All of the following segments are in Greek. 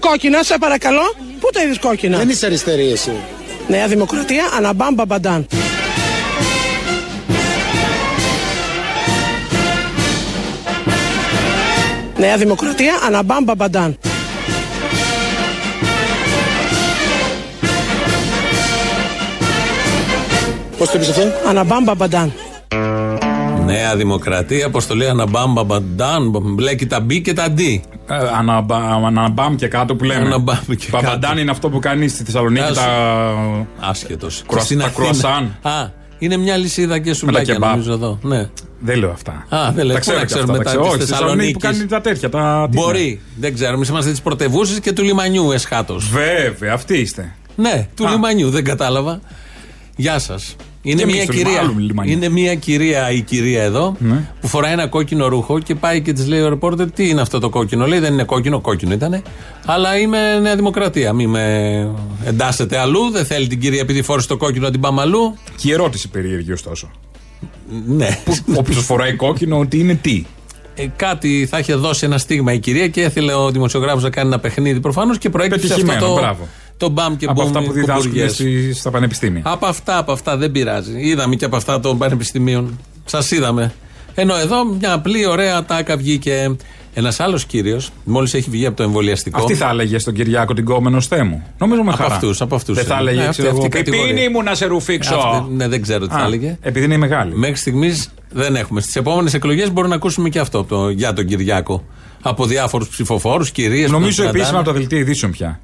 κόκκινα, σε παρακαλώ. Πού τα είδες κόκκινα. Δεν είσαι αριστερή εσύ. Νέα Δημοκρατία, αναμπάμ μπαμπαντάν. Νέα Δημοκρατία, αναμπάμ μπαμπαντάν. Πώς το είπες αυτό. Αναμπάμ μπαμπαντάν. Νέα Δημοκρατία, πώ το λέει, αναμπάμ, μπαμπαντάν, μπλέκει τα μπι και τα ντί. Ε, αναμπα, αναμπάμ και κάτω που λέμε. Αναμπάμ και Παπαντάν κάτω. είναι αυτό που κάνει στη Θεσσαλονίκη Άσου. τα. Άσχετος. Κρουα- τα κρουασάν. Α, είναι μια λυσίδα και σου κεμπάπ. νομίζω εδώ. Ναι. Δεν λέω αυτά. Α, δεν λέω, τα ξέρω πού να και ξέρουμε αυτά, τα ξέρω. της Όχι, στη Θεσσαλονίκη που Θεσσαλονίκης. κάνει τα τέτοια. Τα... τι είναι. Μπορεί, δεν ξέρουμε. Εμείς Είμαστε τη πρωτευούση και του λιμανιού εσχάτως. Βέβαια, αυτοί είστε. Ναι, του Α. λιμανιού, δεν κατάλαβα. Γεια σας. Είναι Και μια, εμείς τους κυρία, άλλου Ναι. λιμανιού. είναι μια κυρία, η κυρία εδώ, που φοράει ένα κόκκινο ρούχο και πάει και της λέει ο ρεπόρτερ τι είναι αυτό το κόκκινο. Λέει δεν είναι κόκκινο, κόκκινο ήταν. Αλλά είμαι Νέα Δημοκρατία. Μην με εντάσσετε αλλού. Δεν θέλει την κυρία επειδή φόρησε το κόκκινο να την πάμε αλλού. Και η ερώτηση περίεργη ωστόσο. Ναι. Όποιος φοράει κόκκινο, ότι είναι τι. Ε, κάτι θα είχε δώσει ένα στίγμα η κυρία και έθελε ο δημοσιογράφος να κάνει ένα παιχνίδι προφανώς και προέκυψε αυτό Πετυχημένο, το, μπράβο. το μπαμ και από μπουμ αυτά που διδάσκουν κουμπουριές. στη- στα πανεπιστήμια. Από αυτά, από αυτά δεν πειράζει. Είδαμε και από αυτά των πανεπιστημίων. Σας είδαμε. Ενώ εδώ μια απλή ωραία τάκα βγήκε. Ένας άλλος κύριος, μόλις έχει βγει από το εμβολιαστικό. Αυτή θα έλεγε στον Κυριάκο την κόμενο θέ μου. Νομίζω με λοιπόν. Από χαρά. αυτούς, από αυτούς Δεν θα είναι. έλεγε. Ναι, ξέρω αυτή- εγώ, αυτή η κατηγορία. «Πιπίνι μου να σε ρουφήξω. Αυτή- ναι, δεν ξέρω τι θα Α, Ε. έλεγε. Επειδή είναι μεγάλη. Μέχρι στιγμής δεν έχουμε. Στις επόμενες εκλογές μπορούμε να ακούσουμε και αυτό από το, για τον Κυριάκο. Από διάφορους ψηφοφόρους, κυρίες Νομίζω επίσημα από τα δελτία ειδήσεων πια.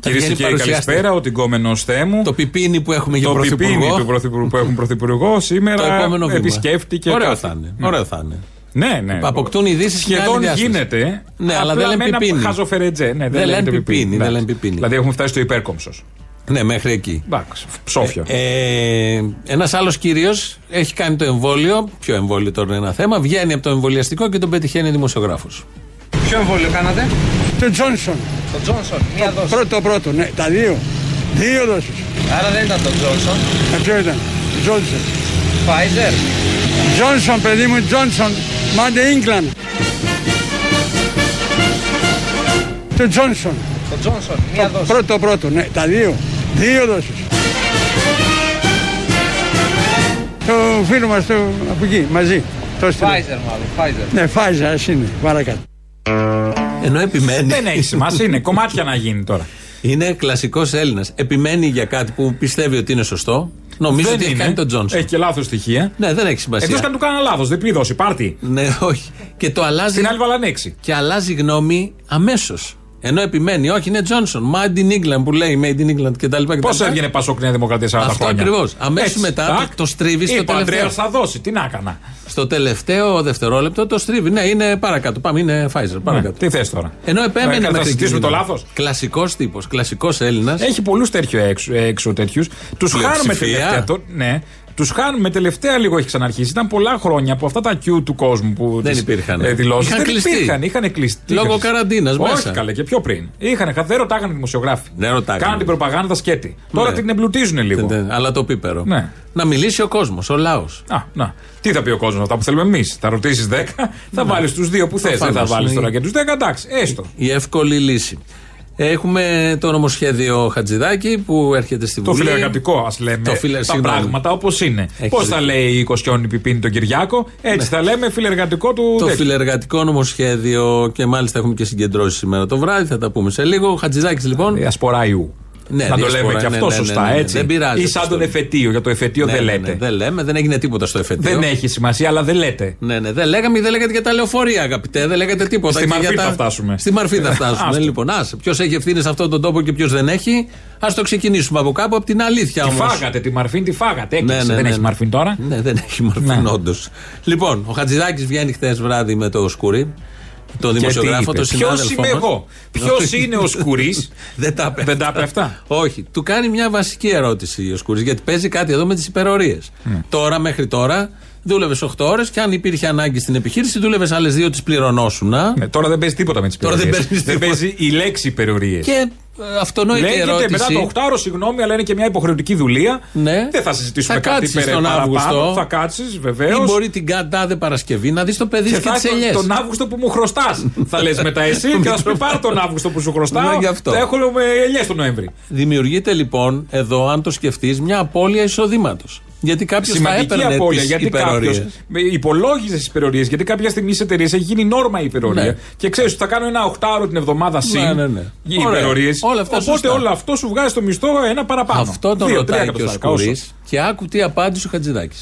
Κυρίε και βγαίνει κύριοι, παρουσιάστη. καλησπέρα. Ο τυγκόμενος θέ μου. Το πιπίνι που έχουμε για το πιπίνι πρωθυπουργό. του πρωθυπουργού που έχουν πρωθυπουργό Το σήμερα επόμενο βήμα. επισκέφτηκε. Ωραίο κάτι. θα είναι. Ναι. Ωραίο θα είναι. Ναι, ναι. Αποκτούν ειδήσεις μια άλλη Σχεδόν διάσταση. γίνεται. Ναι, αλλά απλά δεν λένε με ένα πιπίνι. Χαζοφερετζέ. Ναι, Δεν λένε λέγεται πιπίνι, δεν Εντάξει. λένε πιπίνι. Δηλαδή έχουμε φτάσει στο υπέρκομψο. Ναι, μέχρι εκεί. Εντάξει. Ψόφιο. Ε, ένας άλλος κύριος έχει κάνει το εμβόλιο. Ποιο εμβόλιο τώρα είναι ένα θέμα. Βγαίνει από το εμβολιαστικό και τον πετυχαίνει δημοσιογράφος. Ποιο εμβόλιο κάνατε, Το Τζόνσον. το Johnson, μία δόση. Πρώτο πρώτο, ναι, τα δύο. Δύο δόσεις. Άρα δεν ήταν το Johnson. Ποιο ήταν. Τζόνσον. Pfizer. Τζόνσον, παιδί μου, Τζόνσον. Μάντε Ίγκλαν. Το Τζόνσον. Το Johnson, μία δόση. Πρώτο πρώτο, ναι, τα δύο. Δύο δόσεις. Το φίλο μας το από εκεί, μαζί. Το έστειλε. Pfizer μάλλον, Pfizer. Ναι, Φάιζα, ας είναι, παρακάτω. Ενώ επιμένει. Δεν έχει σημασία, είναι κομμάτια να γίνει τώρα. Είναι κλασικός Έλληνας. Επιμένει για κάτι που πιστεύει ότι είναι σωστό. Νομίζω Δεν ότι έχει είναι. κάνει τον Τζόνσον. Έχει και λάθος στοιχεία. Ναι, δεν έχει σημασία. Εκτός και αν του κάνα λάθο, διπλή δόση, πάρτι. Ναι, όχι. Και το αλλάζει. Στην άλλη βάλαν έξι. Και αλλάζει γνώμη αμέσως. Ενώ επιμένει, όχι, είναι Τζόνσον. Made in England που λέει Made in England κτλ. Πώ έβγαινε Πασόκ Νέα Δημοκρατία 40 Αυτό χρόνια. ακριβώς. Αμέσως Έτσι, μετά τάκ. το- το στρίβει στο Είπε, ο τελευταίο. Ανδρέας θα δώσει, τι να έκανα. Στο τελευταίο δευτερόλεπτο το στρίβει. Ναι, είναι παρακάτω. Πάμε, είναι Pfizer. Παρακάτω. Ναι, τι θες τώρα. Ενώ επέμενε Ε, Θα- μέχρι Θα συζητήσουμε το εκείνη. λάθος. Κλασικός τύπος, κλασικός Έλληνας. Έχει πολλούς τέτοιου έξω, έξω τέτοιους. Τους χάνουμε Πλειοψηφία. τελευταία. το- ναι, τους χάνουμε τελευταία λίγο έχει ξαναρχίσει. Ήταν πολλά χρόνια από αυτά τα Q του κόσμου που Δεν τις, υπήρχαν. Ε, δηλώσεις. Είχαν δεν κλειστεί. υπήρχαν. Είχαν κλειστεί. Λόγω είχαν κλειστεί. καραντίνας Όχι, μέσα. καλέ, και πιο πριν. Είχαν, χα- δεν ρωτάγανε οι δημοσιογράφοι. Δεν ρωτάγανε. Κάναν την προπαγάνδα σκέτη. Τώρα Ναι. την εμπλουτίζουν λίγο. Δεν- Αλλά το πίπερο. Ναι. Να μιλήσει ο κόσμος, ο λαός. Α, να. Τι θα πει ο κόσμος αυτά που θέλουμε εμείς. Θα ρωτήσεις 10, Ναι. θα βάλεις τους δύο που θες. Δεν θα Προφανώς. βάλει Ναι. τώρα και τους 10. Εντάξει, έστω. Η εύκολη λύση. Έχουμε το νομοσχέδιο Χατζηδάκη που έρχεται στη Το Βουλή. φιλεργατικό, ας λέμε. Το φιλε- τα συγγνώμη. πράγματα όπως είναι. Έχεις Πώς δίκιο. Ναι. θα λέει η Κοσιόνι Πιπίνη τον Κυριάκο, έτσι θα λέμε φιλεργατικό του. Το τέτοιου. φιλεργατικό νομοσχέδιο και μάλιστα έχουμε και συγκεντρώσεις σήμερα το βράδυ, θα τα πούμε σε λίγο. Ο Χατζηδάκης λοιπόν. Ε, Διασποράιου. Ναι, να το διασπορά, λέμε και ναι, αυτό ναι, ναι, σωστά, ναι, ναι. έτσι. Δεν πειράζει Ή σαν αυτό. τον εφετείο. Για το εφετείο Ναι, δεν ναι, λέτε. ναι, δεν λέμε, δεν έγινε τίποτα στο εφετείο. Δεν έχει σημασία, αλλά δεν λέτε. Ναι, ναι, δεν λέγαμε, δεν λέγατε για τα λεωφορεία, αγαπητέ. Δεν λέγατε τίποτα. Στη Και Μαρφή για θα φτάσουμε. Ε, Στη μαρφή θα φτάσουμε. Άστο. λοιπόν, άσε. Ποιος έχει ευθύνη σε αυτόν τον τόπο και ποιος δεν έχει. Ας το ξεκινήσουμε από κάπου, από την αλήθεια Τη όμως. φάγατε, τη μαρφήν τη φάγατε. Έκλεισε. δεν έχει μαρφήν τώρα. Ναι, δεν έχει μαρφήν, Ναι. όντως. Λοιπόν, ο Χατζηδάκης βγαίνει χτε βράδυ με το σκουρί. Το Και τι δημοσιογράφο, είπες. το συνάδελφο. Ποιος είμαι μας. Ναι. εγώ. Ποιος είναι ο Σκουρής? δεν τα είπε. Δεν τα είπε αυτά. Όχι. Του κάνει μια βασική ερώτηση ο Σκουρής, γιατί παίζει κάτι εδώ με τις υπερορίες. Ναι. Τώρα μέχρι τώρα δούλευες 8 ώρες και αν υπήρχε ανάγκη στην επιχείρηση, δούλευες άλλες 2, τι πληρωνόσουν. Ναι, τώρα δεν παίζει τίποτα με τις Τώρα δεν περιορίε. παίζεις Δεν τίποτα. παίζει η λέξη περιορίε. Και ε, αυτονοητή Λέγεται ερώτηση. μετά το οκτάρο, συγγνώμη, αλλά είναι και μια υποχρεωτική δουλεία. Ναι. Δεν θα συζητήσουμε Θα κάτι κάτσεις περί τον Αύγουστο. Θα κάτσεις, Ή βεβαίω. μπορεί την κατάδε Παρασκευή να δεις το παιδί Και και, θα τις έχει ελιές. τον Αύγουστο που μου χρωστάς. θα λες μετά εσύ και θα σου πει, πάρε τον Αύγουστο που σου Ναι, χρωστάω. γι' αυτό. Θα έχω ελιές τον Νοέμβρη. Δημιουργείται λοιπόν εδώ, αν το σκεφτείς, μια απώλεια εισοδήματος. Γιατί κάποιος θα Σημαντική έπαιρνε απώλεια. τις Γιατί κάποιος υπερορίες. υπολόγιζες τις υπερορίες. Γιατί κάποια στιγμή στι εταιρείες έχει γίνει νόρμα η υπερορία. Ναι. Και ξέρεις ότι θα κάνω ένα οχτάωρο την εβδομάδα συν Ναι, ναι, ναι. οι Ωραία. υπερορίες. Όλα αυτά Οπότε σωστά. όλο αυτό σου βγάζει το μισθό ένα παραπάνω. Αυτό τον Δύο, ρωτάει τρία και ο εκατοστάρικα, όσο. Σκουρή και άκου τι απάντησε ο Χατζηδάκης.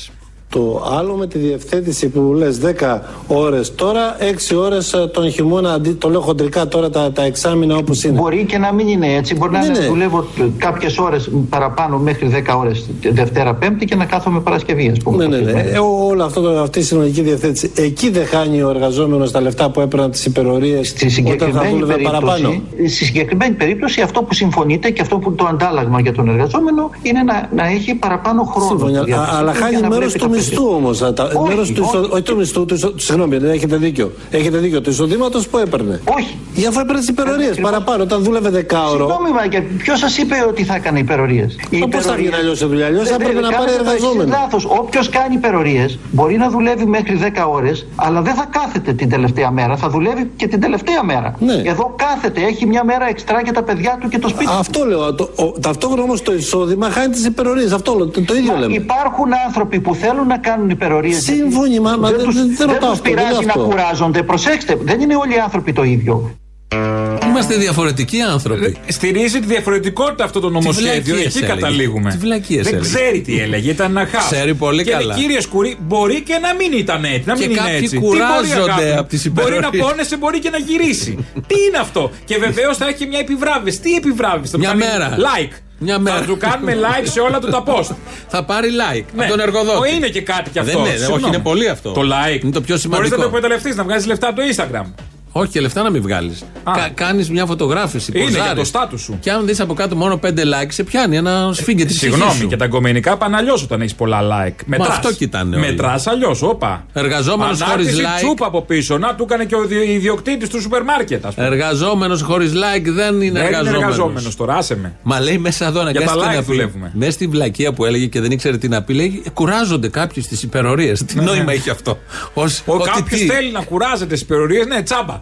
Το άλλο με τη διευθέτηση που λες 10 ώρες τώρα, 6 ώρες ε, τον χειμώνα, αντί, το λέω χοντρικά τώρα τα, τα εξάμηνα όπως είναι. Μπορεί και να μην είναι έτσι. Μπορεί να Ναι, είναι, ναι. δουλεύω κάποιες ώρες παραπάνω μέχρι 10 ώρε Δευτέρα, Πέμπτη και να κάθομαι Παρασκευή, ας πούμε. Ναι, ναι, ναι. Ε, ό- όλο αυτό, το- αυτή η συνολική διευθέτηση. Εκεί δεν χάνει ο εργαζόμενος τα λεφτά που έπαιρνε από τις υπερορίες Στη όταν θα συγκεκριμένη, δούλευε παραπάνω. περίπτωση, στη συγκεκριμένη περίπτωση αυτό που συμφωνείται και αυτό που το αντάλλαγμα για τον εργαζόμενο είναι να, να έχει παραπάνω χρόνο. Σύμφωνα, στη διάθεσή α- αλλά του για χάνει να μέρος βλέπει του τα μισθού παιδιά. όμω. Όχι, Μέρος του όχι. εισο- όχι του μισθού, του εισο- συγγνώμη, ναι, έχετε δίκιο. Έχετε δίκιο, του εισοδήματος που έπαιρνε. Όχι. Γι' αυτό έπαιρνε τι υπερορίες Ακριβώς. παραπάνω. Όταν δούλευε δεκάωρο, Συγγνώμη, Μάγκερ, ποιος σας είπε ότι θα έκανε Ε, υπερορίες. Μα πώς θα γίνει αλλιώς η δουλειά, αλλιώς θα έπρεπε να πάρει εργαζόμενο. λάθος. Όποιος κάνει υπερορίες μπορεί να δουλεύει μέχρι 10 ώρες, αλλά δεν θα κάθεται την τελευταία μέρα. Θα δουλεύει και την τελευταία μέρα. Ναι. Εδώ κάθεται, έχει μια μέρα εξτρά για τα παιδιά του και το σπίτι του. Αυτό λέω. Το, ο, ταυτόχρονα όμως το εισόδημα χάνει τις υπερορίες. Αυτό λέω, το, το ίδιο Μα λέμε. Υπάρχουν άνθρωποι που θέλουν να κάνουν υπερορίες. Σύμφωνοι, μα- μα δεν- τους, δεν- δεν ρωτάω τους αυτό, δεν πειράζει είναι να αυτό. κουράζονται. Προσέξτε, δεν είναι όλοι οι άνθρωποι το ίδιο. Είμαστε διαφορετικοί άνθρωποι. Στηρίζει τη διαφορετικότητα αυτό το νομοσχέδιο. βλακίες Εκεί έλεγε. καταλήγουμε. Τι βλακίες Δεν έλεγε. ξέρει τι έλεγε. Ήταν ένα χάο. Ξέρει πολύ και καλά. κύριε Σκουρή, μπορεί και να μην ήταν έτσι. Να Και μην είναι κάποιοι έτσι. Τι κουράζονται μπορεί, αγάπη μου? από τις Μπορεί να υπερορίες. πόνεσαι, μπορεί και να γυρίσει. τι είναι αυτό. Και βεβαίως θα έχει μια επιβράβευση. Τι επιβράβευση. θα του Μια κάνει μέρα. Like. Μια μέρα. Θα του κάνουμε like σε όλα του τα post. Θα πάρει like Ναι. από τον εργοδότη. Ο, είναι και κάτι κι Δεν αυτός. είναι, όχι, Συγγνώμη. είναι πολύ αυτό. Το like. Είναι το πιο σημαντικό. Μπορείς να το εκμεταλλευτείς, να βγάζεις λεφτά από το Instagram. Όχι και λεφτά να μην βγάλεις. Α. Κα, Κάνεις μια φωτογράφηση. Είναι ποζάρεις. για το στάτους σου. Και αν δεις από κάτω μόνο πέντε like, σε πιάνει ένα σφίγγε της Συγγνώμη, και τα γκομενικά πάνε αλλιώς όταν έχεις πολλά like. Μετράς. αυτό κοιτάνε όλοι. Μετράς αλλιώς, όπα. Εργαζόμενος Ανάρτηση χωρίς like. τσούπα από πίσω. Να του έκανε και ο δι- ιδιοκτήτης του σούπερ μάρκετ, ας πούμε. Εργαζόμενος χωρίς like δεν Ε, είναι Δεν είναι εργαζόμενος. εργαζόμενος τώρα, άσε με. Μα λέει μέσα εδώ αναγκάστηκε τα like να πει. δουλεύουμε. Μέσα στη βλακεία που έλεγε και δεν ήξερε τι να πει, λέει «Ε, κουράζονται κάποιοι στις υπερορίες. Τι νόημα έχει αυτό. Ως, Ναι. Ο ότι κάποιος τι, θέλει να κουράζεται στις περιορίε, ναι, τσάμπα.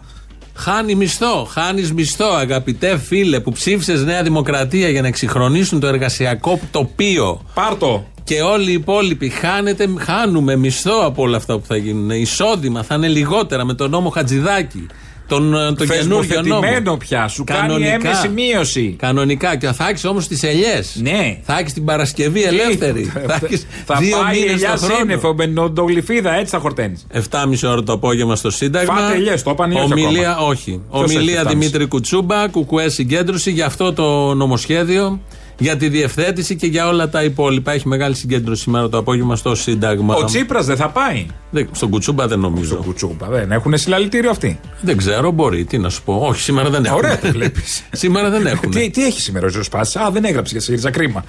Χάνει μισθό, χάνεις μισθό, αγαπητέ φίλε που ψήφισες Νέα Δημοκρατία για να εξυγχρονίσουν το εργασιακό τοπίο. Πάρτο. Και όλοι οι υπόλοιποι χάνετε, χάνουμε μισθό από όλα αυτά που θα γίνουν. Εισόδημα θα είναι λιγότερα με τον νόμο Χατζηδάκη. Τον, ε, τον καινούριο νόμο. Θεσμοθετημένο πια, σου κάνει έμεση μείωση. Κανονικά. Και θα έχει όμως τις ελιές. Ναι. Θα έχεις την Παρασκευή ελεύθερη. θα έχεις θα δύο πάει η μήνες ελιά το σύννεφο χρόνο. με νοντογλυφίδα, έτσι θα χορταίνεις. 7,5 ώρα το απόγευμα στο Σύνταγμα. Φάτε ελιές, το είπαν ή όχι Ομιλία, ακόμα? όχι. Ποιος Ομιλία έχει 7,5? Δημήτρη Κουτσούμπα, κουκουέ συγκέντρωση για αυτό το νομοσχέδιο, για τη διευθέτηση και για όλα τα υπόλοιπα. Έχει μεγάλη συγκέντρωση σήμερα το απόγευμα στο Σύνταγμα. Ο Τσίπρας δεν θα πάει. Δεν- στον Κουτσούμπα δεν νομίζω. Κουτσούμπα, δεν έχουν συλλαλητήριο αυτοί. Δεν ξέρω, μπορεί, τι να σου πω. Όχι, σήμερα δεν έχουν. Ωραία το βλέπεις. σήμερα δεν έχουν. Τι, τι έχει σήμερα ο Ζωοσπάση. Α, δεν έγραψε για ΣΥΡΙΖΑ. Κρίμα.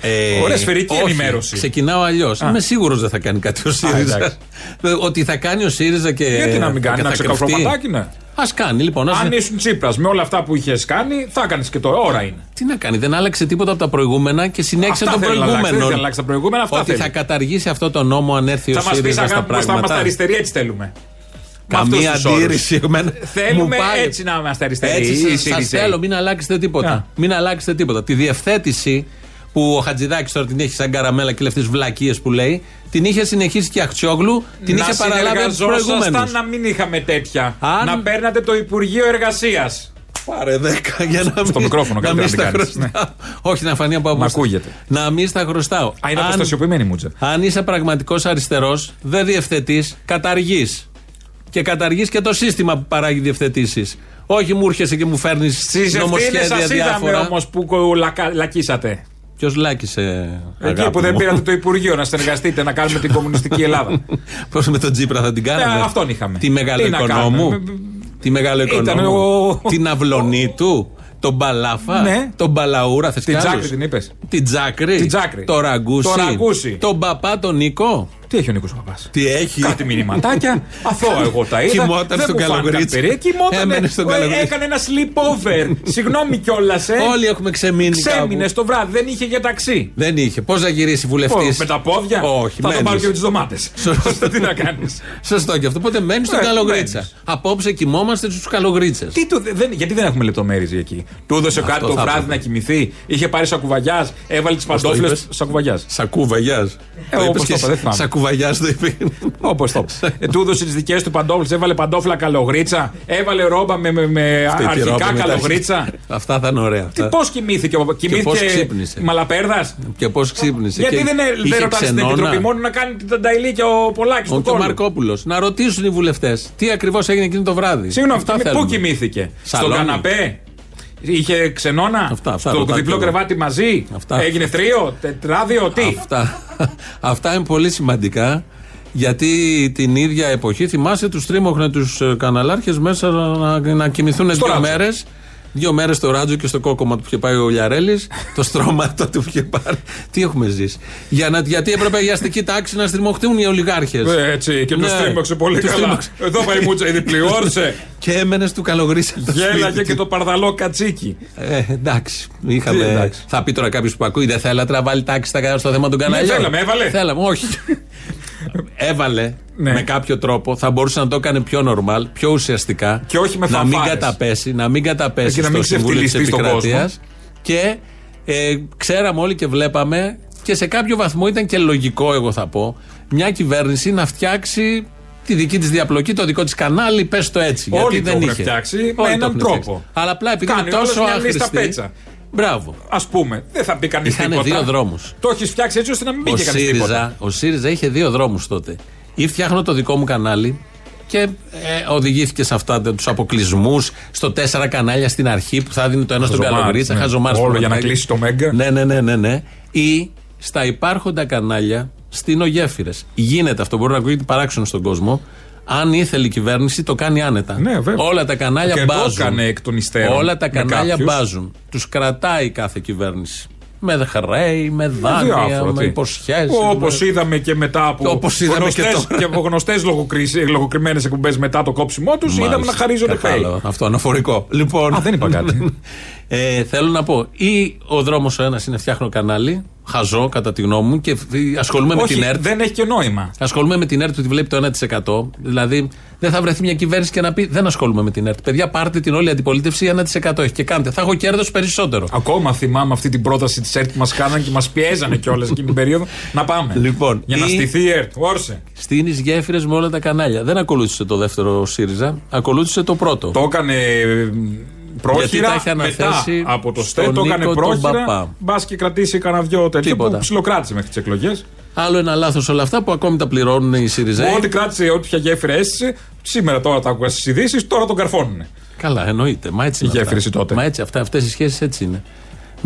Ε, Ωραία σφαιρική όχι. ενημέρωση. Ξεκινάω αλλιώς. Είμαι σίγουρος δεν θα κάνει κάτι ο ΣΥΡΙΖΑ. εντάξει. Ε, Ότι θα κάνει ο ΣΥΡΙΖΑ και. Γιατί να μην κάνει ένα ξεκαφρωματάκι, ναι. Ας κάνει λοιπόν. Ας... Αν ήσουν Τσίπρας με όλα αυτά που είχες κάνει, θα έκανες και τώρα. Ώρα είναι. Τι να κάνει, δεν άλλαξε τίποτα από τα προηγούμενα και συνέχισε Αυτά τον θέλει να αλλάξει, προηγούμενο. δεν θέλει να αλλάξει τα προηγούμενα, αυτά Ότι θέλει. θα καταργήσει αυτό το νόμο αν έρθει ο θα μας πει ΣΥΡΙΖΑ στα αγάπη μας, θα είμαστε πράγματα. αριστεροί, έτσι θέλουμε. Με αυτούς Καμία τους όρους. αντίρρηση. εμένα. Μου Θέλουμε πάει. έτσι να είμαστε αριστεροί. Έτσι οι σας ΣΥΡΙΖΑ. Ναι. θέλω, μην αλλάξετε τίποτα. Α. Μην αλλάξετε τίποτα. Τη διευθέτηση που ο Χατζηδάκης τώρα την έχει σαν καραμέλα και λεφτέ βλακίες που λέει, την είχε συνεχίσει και η Αχτσιόγλου, την να είχε παραλάβει από του προηγούμενου. συνεργαζόσασταν να μην είχαμε τέτοια. Αν- Να παίρνατε το Υπουργείο Εργασίας. Πάρε 10 για να μην, μικρόφωνο να καλύτερα μην να την στα κάνεις, ναι. χρωστάω. Όχι, να φανεί από απόσταση. ακούγεται. Να μην στα χρωστάω. Α, είναι Αν- αποστασιοποιημένη η μούτσα. Αν είσαι πραγματικός αριστερός, δεν διευθετείς, καταργείς. Και καταργείς και το σύστημα που παράγει διευθετήσεις. Όχι μου έρχεσαι και μου φέρνεις Στις ευθύνες νομοσχέδια σα είδαμε διάφορα. όμως που κο- λακα- λακίσατε. Ποιος λάκησε. Εκεί που δεν πήρατε το Υπουργείο να συνεργαστείτε να κάνουμε την κομμουνιστική Ελλάδα. Πώς με τον Τσίπρα θα την κάναμε. Ναι, αυτόν είχαμε. Τη μεγάλο Τι να οικονόμου. κάνουμε. Τη μεγάλο Ήταν οικονόμου. ο- Την αυλωνή του. Τον Μπαλάφα. Ναι. Τον Μπαλαούρα. Θες Την κι άλλους? Τζάκρη την είπες. Την Τζάκρη. Την Τζάκρη. Το Ραγκούσι. Το Ραγκούσι. Τον Παπά τον Νίκο. Τι έχει ο Νίκος Παπάς. Τι έχει. Κάτι μηνυματάκια. Αθώα εγώ τα είδα. Κοιμόταν Δεν στον μου φάνηκαν Καλογρίτσι. περίεργα. Κοιμότανε. Έμενε στον Ε, Καλογρίτσι. Έκανε ένα sleepover. Συγγνώμη κιόλας, ε. Όλοι έχουμε ξεμείνει. Ξέμεινε κάπου. το βράδυ, δεν είχε για ταξί. Δεν είχε. Πώς θα γυρίσει βουλευτής. Ω, Με τα πόδια. Όχι, θα το μένεις. πάρω και με τις ντομάτες. Σωστά, τι να κάνεις. Σωστό και αυτό. Οπότε μένεις στον Ε, καλογρίτσα. μένεις. Απόψε κοιμόμαστε στους καλογρίτσες. Τι του, δεν, γιατί δεν έχουμε λεπτομέρειες εκεί. Του έδωσε Αυτό κάτι το θα βράδυ έπρεπε. να κοιμηθεί, είχε πάρει σακουβαγιάς, έβαλε τις παντόφιλε είπες? σακουβαγιάς. Σακούβαγιάς. Ε, όπως το είπα, δεν θυμάμαι. Σακούβαγιά το είπε. Όπως το. ε, του έδωσε τις δικές του παντόφιλε, έβαλε παντόφλα καλογρίτσα, έβαλε ρόμπα με, με, με Αυτή τη ρόπα αρχικά μετά. καλογρίτσα. Αυτά θα είναι ωραία. Τι αυτά. πώς κοιμήθηκε, ο παπα- κοιμήθηκε ξύπνησε. μαλαπέρδας. Και πώς ξύπνησε. Γιατί και δεν, ε, είχε δεν ρωτάνε στην ξενώνα. Επιτροπή μόνο να κάνει την Τανταϊλή και ο Πολάκης Ο του και ο κόλου. Μαρκόπουλο. Να ρωτήσουν οι βουλευτές τι ακριβώς έγινε εκείνο το βράδυ. Συγγνώμη, Αυτά κοιμη- πού θέλουμε. κοιμήθηκε, Σαλόνι. στον καναπέ. Είχε ξενώνα, Αυτά, αυτά στο ρωτάτε διπλό εδώ. κρεβάτι μαζί, Αυτά. έγινε τρίο, τετράδιο, τι. Αυτά, αυτά είναι πολύ σημαντικά. Γιατί την ίδια εποχή, θυμάστε, τους τρίμωχνε τους καναλάρχε ε, μέσα να, να κοιμηθούν δύο Ράτζο. μέρες. Δύο μέρες στο Ράτζο και στο κόκομα του που είχε πάει ο Λιαρέλης, το στρώματο του που είχε πάρει. Τι έχουμε ζήσει. Για να, γιατί έπρεπε η αστική τάξη να στριμωχτούν οι ολιγάρχες. Ε, Έτσι, και τους Ναι. τρίμωξε πολύ Τους καλά. τρίμωξε. Εδώ πάει η μούτσα, η διπλιόρσε. και έμενε του καλογρίσα. το σπίτι Γέλαγε του. και το παρδαλό κατσίκι. Ε, εντάξει. Είχαμε... Τι Ε, εντάξει. Ναι, Θα πει τώρα κάποιος που ακούει, δεν θέλατε να βάλει τάξη στα κατά- στο θέμα των καναλιών. θέλαμε, έβαλε. Θέλαμε, όχι. έβαλε Ναι. με κάποιο τρόπο, θα μπορούσε να το έκανε πιο normal, πιο ουσιαστικά. Και όχι με Να μην φανφάρες. καταπέσει, να μην καταπέσει Και να στο μην Συμβούλιο της ξεφτυλιστεί στον Επικρατείας. Και ε, ξέραμε όλοι και βλέπαμε και σε κάποιο βαθμό ήταν και λογικό, εγώ θα πω, μια κυβέρνηση να φτιάξει τη δική της διαπλοκή, το δικό της κανάλι, πες το έτσι. Όλοι γιατί το δεν έχουν είχε. φτιάξει με το έναν έχουν τρόπο. φτιάξει. Αλλά απλά επειδή Κάνει είναι τόσο όλος μια λίστα άχρηστη. πέτσα. Μπράβο. Ας πούμε, δεν θα μπει κανείς Είχανε τίποτα. δύο δρόμους. Το έχεις φτιάξει έτσι ώστε να μην Ο μπήκε κανείς τίποτα. ΣΥΡΙΖΑ, ο ΣΥΡΙΖΑ είχε δύο δρόμους τότε. Ή φτιάχνω το δικό μου κανάλι και ε, οδηγήθηκε σε αυτά τους αποκλεισμούς, στο τέσσερα κανάλια στην αρχή που θα δίνει το ένα στον Χαζομάρες, Καλογρίτσα, ναι. χαζομάρες Όλο που για να πατάει. κλείσει το Μέγκα. Ναι, ναι, ναι, ναι, ναι. Ή στα υπάρχοντα κανάλια στείνω γέφυρε. Γίνεται αυτό, μπορεί να ακούγεται παράξενο στον κόσμο. Αν ήθελε η κυβέρνηση, το κάνει άνετα. Ναι, βέβαια. Όλα τα κανάλια Και το μπάζουν. έκανε εκ των υστέρων Όλα τα με κανάλια κάποιους. μπάζουν. Τους κρατάει κάθε κυβέρνηση. Με χρέη, με δάνεια, Διάφορα, με τι. υποσχέσεις. Όπως είδαμε και μετά από Όπως είδαμε γνωστές, και τώρα. από γνωστές λογοκρίσεις- λογοκριμένες εκπομπές μετά το κόψιμό τους, είδαμε να χαρίζονται Κατάλαβα. πέι. Αυτό αναφορικό. Λοιπόν, Α, δεν είπα κάτι. ε, θέλω να πω, ή ο δρόμος ο ένας είναι φτιάχνω κανάλι, χαζό κατά τη γνώμη μου και φ- ασχολούμαι με Όχι, την ΕΡΤ. δεν έχει και νόημα. Ασχολούμαι με την ΕΡΤ που τη βλέπει το 1%. Δηλαδή, δεν θα βρεθεί μια κυβέρνηση και να πει Δεν ασχολούμαι με την ΕΡΤ. Παιδιά, πάρτε την όλη αντιπολίτευση 1% έχει και κάντε. Θα έχω κέρδος περισσότερο. Ακόμα θυμάμαι αυτή την πρόταση της ΕΡΤ που μας κάνανε και μας πιέζανε κιόλας εκείνη την περίοδο. Να πάμε. Λοιπόν, για να ή- στηθεί η ΕΡΤ. Όρσε. Στείνεις γέφυρες με όλα τα κανάλια. Δεν ακολούθησε το δεύτερο ΣΥΡΙΖΑ, ακολούθησε το πρώτο. Το έκανε ε, Γιατί τα πρόχειρα είχε μετά αναθέσει από το στον ΣΤΕ. Το έκανε Νίκο τον Παπά. πρόχειρα. Μπας και κρατήσει κανένα δυο τέτοιο Τίποτα. που ψιλοκράτησε μέχρι τις εκλογές. Άλλο ένα λάθος όλα αυτά που ακόμη τα πληρώνουν οι ΣΥΡΙΖΑ. Ό,τι κράτησε, ό,τι πια γέφυρα έστησε. Σήμερα τώρα τα ακούγα στις ειδήσεις, τώρα τον καρφώνουν. Καλά, εννοείται. Μα έτσι είναι. γέφυρες αυτά. τότε. Μα έτσι, αυτά, αυτές οι σχέσεις έτσι είναι.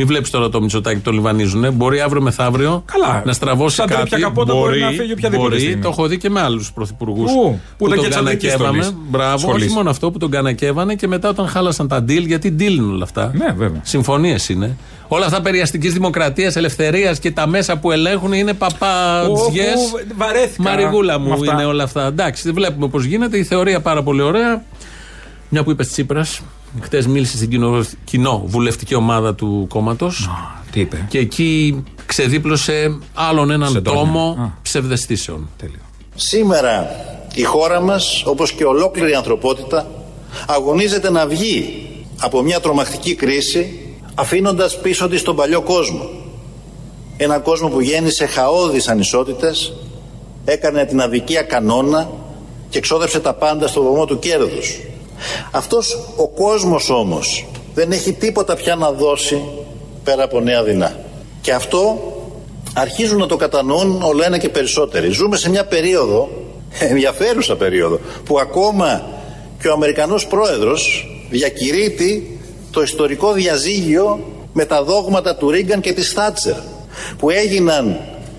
Μην βλέπεις τώρα το Μητσοτάκι το λιβανίζουνε. ε. Μπορεί αύριο μεθαύριο Καλά. να στραβώσει Σαν κάτι. τρίπια καπότα μπορεί να φύγει οποιαδήποτε μπορεί, στιγμή. το έχω δει και με άλλους πρωθυπουργούς. Ου, ούτε και τον της Αντρικής κανακεύαμε. Στολής. Μπράβο, Σχολής. όχι μόνο αυτό που τον κανακεύανε και μετά όταν χάλασαν τα deal, γιατί deal είναι όλα αυτά. Ναι, βέβαια. Συμφωνίες είναι. Όλα αυτά περί αστικής δημοκρατίας, ελευθερίας και τα μέσα που ελέγχουν είναι παπατζιέ. Όπου βαρέθηκα Μαριγούλα μου με αυτά. είναι όλα αυτά. Εντάξει, δεν βλέπουμε πώς γίνεται. Η θεωρία πάρα πολύ ωραία. Μια που είπες Τσίπρας, χτες μίλησε στην κοινο, κοινοβουλευτική ομάδα του κόμματος. Τι είπε. Και εκεί ξεδίπλωσε άλλον έναν Σεντόνια. τόμο Α. ψευδεστήσεων. Σήμερα η χώρα μας, όπως και ολόκληρη η ανθρωπότητα, αγωνίζεται να βγει από μια τρομακτική κρίση, αφήνοντας πίσω της τον παλιό κόσμο. Ένα κόσμο που γέννησε χαόδεις ανισότητες, έκανε την αδικία κανόνα και ξόδεψε τα πάντα στο βωμό του κέρδους. Αυτός ο κόσμος όμως δεν έχει τίποτα πια να δώσει πέρα από νέα δεινά. Και αυτό αρχίζουν να το κατανοούν όλο ένα και περισσότεροι. Ζούμε σε μια περίοδο, ενδιαφέρουσα περίοδο, που ακόμα και ο Αμερικανός πρόεδρος διακηρύττει το ιστορικό διαζύγιο με τα δόγματα του Ρίγκαν και της Θάτσερ που έγιναν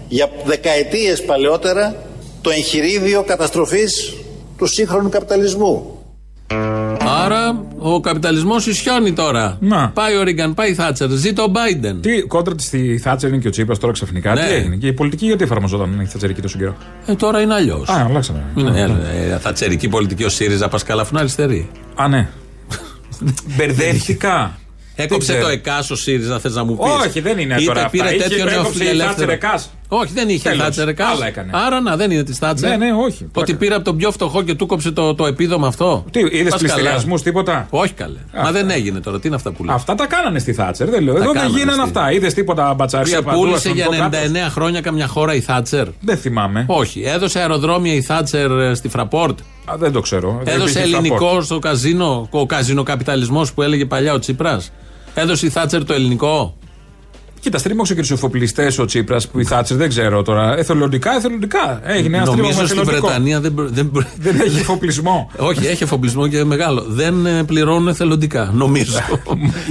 για δεκαετίες παλαιότερα το εγχειρίδιο καταστροφής του σύγχρονου καπιταλισμού. Άρα Ο καπιταλισμός ισιώνει τώρα. Να. Πάει ο Ρίγκαν, πάει η Θάτσερ. Ζήτω ο Biden. Τι κόντρα της στη Θάτσερ είναι και ο Τσίπρα τώρα ξαφνικά. Ναι. Τι έγινε. Και η πολιτική γιατί εφαρμοζόταν η Θάτσερική τόσο καιρό. Ε, τώρα είναι αλλιώς. Α, αλλάξαμε. Ναι, ε, θατσερική πολιτική ο ΣΥΡΙΖΑ Πασκαλαφούν αριστερή. Α, ναι. Μπερδευτικά. Έκοψε ξέρω. το ΕΚΑΣ ο ΣΥΡΙΖΑ, θες να μου πεις. Όχι, δεν είναι τώρα αυτά. πήρε Είχε- τέτοιο έκοψε η νεοφιλελεύθερο. Θάτσερ ΕΚΑΣ. Όχι, δεν είχε η Τέλος. Θάτσερ ΕΚΑΣ. Άλλα έκανε. Άρα να, δεν είναι της Θάτσερ. Ναι, ναι, όχι. Ότι Πλάκα. πήρε από τον πιο φτωχό και του κόψε το, το επίδομα αυτό. Τι, είδες Πας καλά. πληστηριασμούς, τίποτα. Όχι καλέ. Μα ε. δεν έγινε τώρα. Τι είναι αυτά που λέω. Αυτά τα κάνανε στη Θάτσερ, δεν λέω. Εδώ δεν κάνανε γίνανε στη- αυτά. Είδες τίποτα μπατσαρία παντού. Ξεπούλησε για αστυνομικό 99 κράτος. χρόνια καμιά χώρα η Θάτσερ. Δεν θυμάμαι. Όχι. Έδωσε αεροδρόμια η Θάτσερ ε, στη Φραπόρτ. Α, δεν το ξέρω. Δεν Έδωσε υπήρχε support. ελληνικό στο καζίνο, ο καζινοκαπιταλισμός που έλεγε παλιά ο Τσίπρας. Έδωσε η Θάτσερ το ελληνικό. Κοίτα, στρίμωξε και του εφοπλιστέ ο Τσίπρας που η Θάτσερ δεν ξέρω τώρα. Εθελοντικά, εθελοντικά. Έγινε ένα στρίμωξο Νομίζω στη εθελοντικό. Βρετανία δεν. προ- δεν προ- Δεν έχει εφοπλισμό. Όχι, έχει εφοπλισμό και μεγάλο. Δεν ε, πληρώνουν εθελοντικά, νομίζω.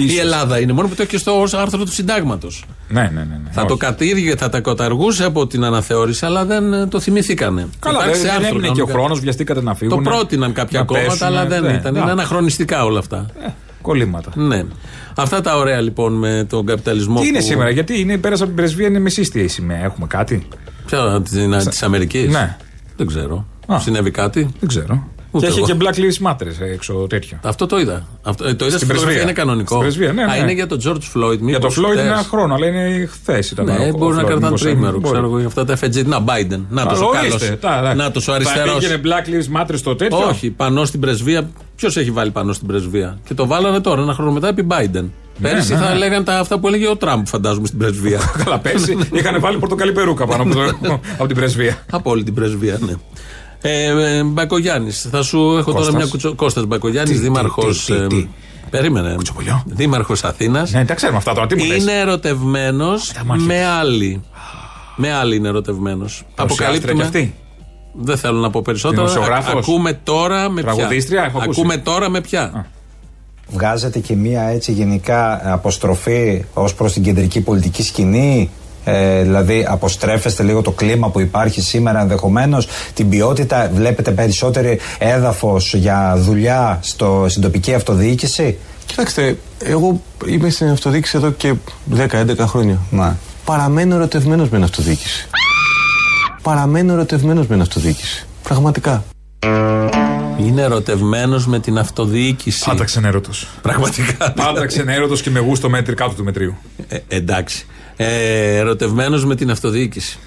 Η Ελλάδα είναι. Μόνο που το έχεις και στο ως άρθρο του συντάγματος. ναι, ναι, ναι. ναι. Θα Όχι. το κατήργε, θα τα κοταργούσε από την αναθεώρηση, αλλά δεν ε, το θυμηθήκανε. Καλά, Υπάρχει δεν σε δεν άρθρο έμεινε και ο κανονικά. χρόνος, βιαστήκατε να Το φύγουν. πρότειναν κάποια να κόμματα, πέσουνε, αλλά δεν ναι. ήταν. Να, Είναι αναχρονιστικά όλα αυτά. Κολλήματα. Ναι. Αυτά τα ωραία λοιπόν με τον καπιταλισμό. Τι είναι που- σήμερα, γιατί είναι, πέρασε από την πρεσβεία, είναι μισή τι σημαία. Έχουμε κάτι. Ποια, τη Αμερικής. Ναι. Δεν ξέρω. Α. Συνέβη κάτι. Δεν ξέρω. Ούτε και έχει εγώ. και Black Lives Matter έξω τέτοιο. Αυτό το είδα. Αυτό, ε, το είδα στην πρεσβεία. φωτογραφία, είναι κανονικό. Στην πρεσβεία, ναι, Α, ναι. είναι για τον George Floyd. Για το μήπως Floyd χτες. είναι ένα χρόνο, αλλά είναι χθες ήταν. Ναι, ο- ο μπορεί να Floyd, κρατάνε μήπως τρίμερο. έγινε, Ξέρω μπορεί. εγώ για αυτά τα FG. Να, Biden. Να το Αλλά ο ορίστε, τα- τα- καλό. Να το ο Θα αριστερός. πήγαινε Black Lives Matter στο τέτοιο. Όχι, πανό στην πρεσβεία. Ποιος έχει βάλει πανό στην πρεσβεία. Και το βάλανε τώρα, ένα χρόνο μετά επί Biden. Πέρσι ναι, θα ναι. λέγανε τα, αυτά που έλεγε ο Τραμπ, φαντάζομαι, στην πρεσβεία. Καλά, πέρσι είχαν βάλει πορτοκαλί περούκα πάνω από, το- από την πρεσβεία. Από όλη την πρεσβεία, ναι. Ε, ε, Μπακογιάννης, θα σου έχω Κώστας. τώρα μια κουτσο. Κώστας Μπακογιάννης, Τι, τι, δήμαρχος. τι, τι, τι. ε, Περίμενε. Κουτσοπολιό. Δήμαρχος Αθήνας. Ναι, τα ξέρουμε αυτά τώρα. Τι μου λες. Είναι ερωτευμένο μάτια με άλλη. Με άλλη είναι ερωτευμένος. Παρουσιάστρια κι αυτή. Δεν θέλω να πω περισσότερα. Δημοσιογράφος. ακούμε τώρα με ποια. Τραγουδίστρια, έχω ακούσει. Ακούμε τώρα με ποια. Βγάζετε και μία έτσι γενικά αποστροφή ως προς την κεντρική πολιτική σκηνή. Ε, δηλαδή αποστρέφεστε λίγο το κλίμα που υπάρχει σήμερα ενδεχομένως την ποιότητα βλέπετε περισσότερη έδαφος για δουλειά στο, στην τοπική αυτοδιοίκηση Κοιτάξτε, εγώ είμαι στην αυτοδιοίκηση εδώ και 10-11 χρόνια. Ναι. Παραμένω ερωτευμένος με την αυτοδιοίκηση. Παραμένω ερωτευμένος με την αυτοδιοίκηση. Πραγματικά. Είναι ερωτευμένος με την αυτοδιοίκηση. Πάντα ξενέρωτο. Πραγματικά. Πάντα ξενέρωτο και με γούστο μέτρη κάτω του μετρίου. Ε, εντάξει. Ε, ερωτευμένος με την αυτοδιοίκηση.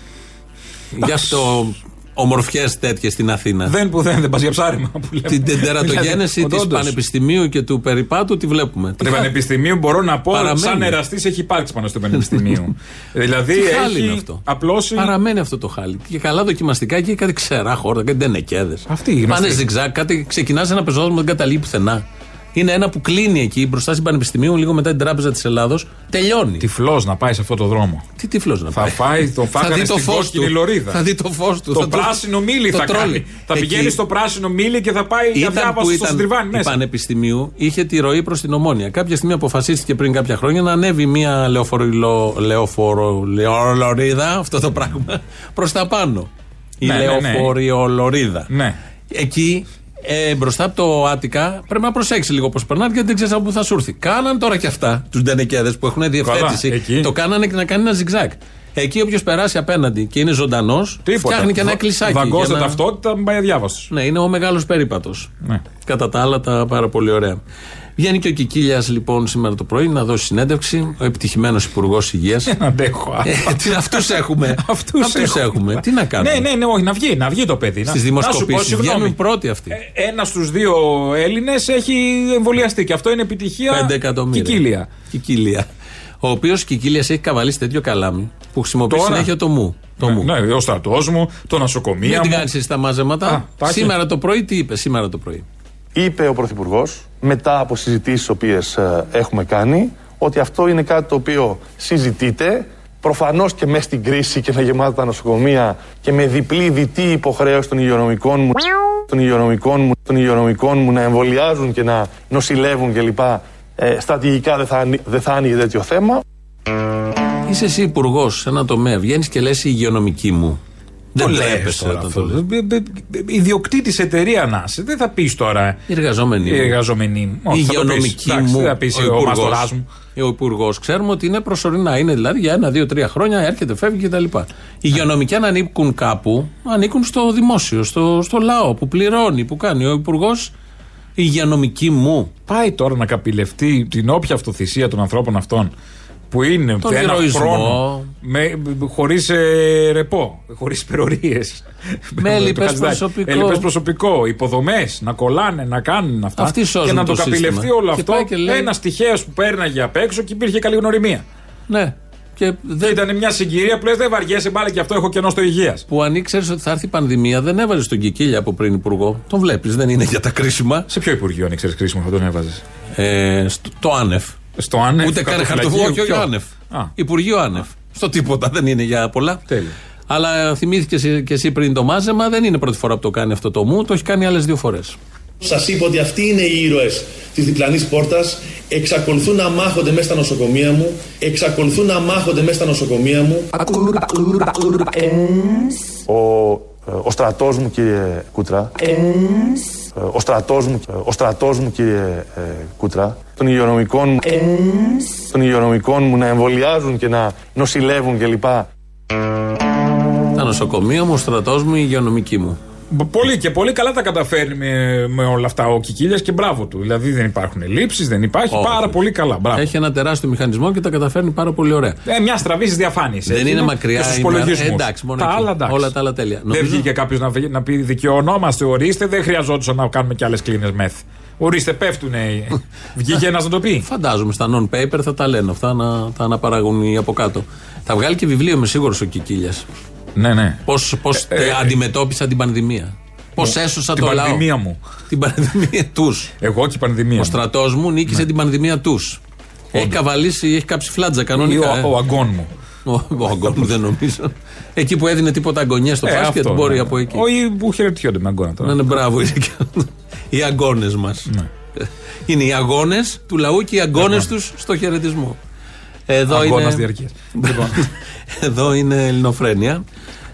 Γι' αυτό ομορφιές τέτοιες στην Αθήνα. Δεν που δεν, δεν πας για ψάρεμα που λέμε. Ναι. Την τερατογένεση Δηλαδή, της Ε, όντως. Πανεπιστημίου και του Περιπάτου τη βλέπουμε. Τι Το Πανεπιστημίου μπορώ να πω Παραμένει. σαν εραστής έχει υπάρξει πάνω στο Πανεπιστημίου. δηλαδή χα- τι χάλι είναι έχει αυτό. απλώσει. Παραμένει αυτό το χάλι. Και καλά δοκιμαστικά και κάτι ξερά χόρτα, κάτι ντενεκέδε. Αυτή η γνωστή. Πάνε ζιγζάκ, κάτι ξεκινάς ένα πεζόδρομο, δεν καταλήγει πουθενά. Είναι ένα που κλείνει εκεί μπροστά στην Πανεπιστημίου, λίγο μετά την Τράπεζα της Ελλάδος. Τελειώνει. Τι, Τυφλός να πάει σε αυτό το δρόμο. τι τυφλός να Θα πάει. φάει τον φάκανα δει το στην φως κόσκινη του. λωρίδα. Θα δει το φως του. Το θα πράσινο μίλι το θα τρόλι. κάνει. Θα Εκεί πηγαίνει στο πράσινο μίλι και θα πάει για Ήταν που διάβαση στο ήταν συντριβάνι η μέσα. Πανεπιστημίου είχε τη ροή προς την Ομόνια. Κάποια στιγμή αποφασίστηκε πριν κάποια χρόνια να ανέβει μια λεωφορο, λεωφορο, λεωλορίδα, αυτό το πράγμα, προς τα πάνω. Η Ναι, ναι, ναι. λεωφοριολορίδα. Ναι. Εκεί ε, μπροστά από το Άτικα πρέπει να προσέξει λίγο πώς περνάει γιατί δεν ξέρεις από πού θα σου έρθει. Κάναν τώρα και αυτά τους ντενεκέδε που έχουν διευθέτηση. εκεί. το κάνανε και να κάνει ένα ζιγζάκ. Εκεί όποιος περάσει απέναντι και είναι ζωντανός, Τίποτα. φτιάχνει και ένα κλεισάκι. Βαγκώστε για να- ταυτότητα, μην πάει αδιάβαστο. ναι, είναι ο μεγάλος περίπατος. Ναι. Κατά τα άλλα, τα πάρα πολύ ωραία. Βγαίνει και ο Κικίλιας λοιπόν σήμερα το πρωί να δώσει συνέντευξη. Ο επιτυχημένος Υπουργός Υγείας. Αντέχω. Αυτούς έχουμε. Αυτούς Ε, Αυτούς έχουμε. έχουμε. Τι να κάνουμε. Ναι, ναι, ναι, όχι, να βγει, να βγει το παιδί. Στι δημοσκοπήσει βγαίνουν πρώτοι αυτοί. Ένας στους Ε, δύο Έλληνες έχει εμβολιαστεί και αυτό είναι επιτυχία. 5 εκατομμύρια. Κικίλια. Κικίλια. Ο οποίος Κικίλιας έχει καβαλήσει τέτοιο καλάμι που χρησιμοποιεί Τώρα. συνέχεια το μου. Το μου. Ναι, ο στρατός μου, το νοσοκομείο. Μην την μου. κάνεις εσύ τα μάζεματα. τα έχει. σήμερα το πρωί τι είπε, σήμερα το πρωί. Είπε ο Πρωθυπουργός, μετά από συζητήσεις τις οποίες ε, έχουμε κάνει, ότι αυτό είναι κάτι το οποίο συζητείται. Προφανώς και μες στην κρίση και με γεμάτα τα νοσοκομεία και με διπλή διτή υποχρέωση των υγειονομικών μου, των υγειονομικών μου, των υγειονομικών μου να εμβολιάζουν και να νοσηλεύουν κλπ. Ε, στρατηγικά δεν θα, άνοι- δεν θα άνοιγε τέτοιο θέμα. Είσαι εσύ υπουργός σε ένα τομέα. Βγαίνεις και λες η υγειονομική μου. Δεν το λες τρέπεσαι τώρα να το αυτό. Ε, λες. Μπ- μπ- μπ- Ιδιοκτήτης εταιρεία να είσαι. Δεν θα πεις τώρα. ε, Οι εργαζόμενοι. Οι εργαζόμενοι μου. Οι Όχι, θα το πεις. υγειονομικοί Εντάξει, μου. δεν θα πεις ο υπουργός. Ε, Μαστοράς μου. Ο υπουργός ξέρουμε ότι είναι προσωρινά. Είναι δηλαδή για ένα, δύο, τρία χρόνια έρχεται, φεύγει κτλ. Οι υγειονομικοί αν ανήκουν κάπου, ανήκουν στο δημόσιο, στο, στο λαό που πληρώνει, που κάνει. Ο υπουργός υγειονομική μου. Πάει τώρα να καπηλευτεί την όποια αυτοθυσία των ανθρώπων αυτών που είναι Τον ένα ηρωισμό. χρόνο με, χωρίς ε, ρεπό, χωρίς περορίες. Με έλλειπες προσωπικό. Έλλειπες προσωπικό, υποδομές, να κολλάνε, να κάνουν αυτά. Αυτοί σώζουν και να το το, καπηλευτεί σύστημα. όλο Και αυτό πάει και λέει- ένας τυχαίος που πέρναγε απ' έξω και υπήρχε καλή γνωριμία. Ναι. Και δεν, Ήταν μια συγκυρία που λες δεν βαριέσαι μπάλα και αυτό έχω κενό στο υγείας. που αν ήξερες ότι θα έρθει η πανδημία, δεν έβαζες τον Κικίλια από πριν υπουργό. Τον βλέπεις, δεν είναι για τα κρίσιμα. Σε ποιο υπουργείο αν ήξερες κρίσιμο θα τον έβαζες. Ε, στο, το άνευ. Στο άνευ. Ούτε καν χαρτοφυλακείο, χαρτοφυλακείο. Όχι, όχι, ποιο? άνευ. Α. Υπουργείο άνευ. Στο τίποτα δεν είναι για πολλά. Τέλεια. Αλλά θυμήθηκε και εσύ πριν το μάζεμα, δεν είναι πρώτη φορά που το κάνει αυτό το μου, το έχει κάνει άλλες δύο φορές. Σας είπα ότι αυτοί είναι οι ήρωες της διπλανής πόρτας. Εξακολουθούν να μάχονται μέσα στα νοσοκομεία μου. Εξακολουθούν να μάχονται μέσα στα νοσοκομεία μου. Ο, ε, ο στρατός μου κύριε Κούτρα ε, ο στρατός μου, ε, ο στρατός μου κύριε ε, Κούτρα των υγειονομικών μου των υγειονομικών μου να εμβολιάζουν και να νοσηλεύουν κλπ. Τα νοσοκομεία μου, ο στρατός μου, η υγειονομική μου. Πολύ και πολύ καλά τα καταφέρνει με, με όλα αυτά ο Κικίλιας και μπράβο του. Δηλαδή δεν υπάρχουν ελλείψεις, δεν υπάρχει. Όχι. πάρα πολύ καλά. Μπράβο. Έχει ένα τεράστιο μηχανισμό και τα καταφέρνει πάρα πολύ ωραία. Ε, μια στραβή στις διαφάνειες. Δεν είναι μακριά η Στου μέρα. υπολογισμούς. Ε, εντάξει, μόνο τα εκεί. άλλα, εντάξει. Όλα τα άλλα τέλεια. Δεν Νομίζω- βγήκε κάποιος να, βγει- να πει δικαιωνόμαστε, ορίστε, δεν χρειαζόντουσαν να κάνουμε κι άλλες κλίνες μεθ. Ορίστε, πέφτουνε. βγήκε ένας να το πει. Φαντάζομαι στα non-paper θα τα λένε αυτά, να τα αναπαραγούν οι από κάτω. Θα βγάλει και βιβλίο, είμαι σίγουρος ο Κικίλιας. ναι, ναι. Πώς πώς, Ε, ε, ε, αντιμετώπισα την πανδημία. Πώς έσωσα την το λαό. πανδημία μου. Την πανδημία τους. Εγώ και η πανδημία. Ο μου. στρατός μου νίκησε Ναι. την πανδημία τους. Έχει καβαλήσει, έχει κάψει φλάτζα Ή κανονικά. ε. ο, ο αγκών μου. Ο- ο αγκόν μου δεν νομίζω. Εκεί που έδινε τίποτα αγκονιές στο Ε, μπάσκετ, αυτό, μπορεί ναι. από εκεί. Ναι, Όχι, που χαιρετιόνται με αγκώνα τώρα. Να είναι μπράβο, είναι και αυτό. Οι αγκώνε μας. Ναι. Είναι οι αγώνες του λαού και οι αγκώνε τους στο χαιρετισμό. Εδώ Αγκώνας ναι, είναι. διαρκείας. Εδώ είναι Ελληνοφρένεια.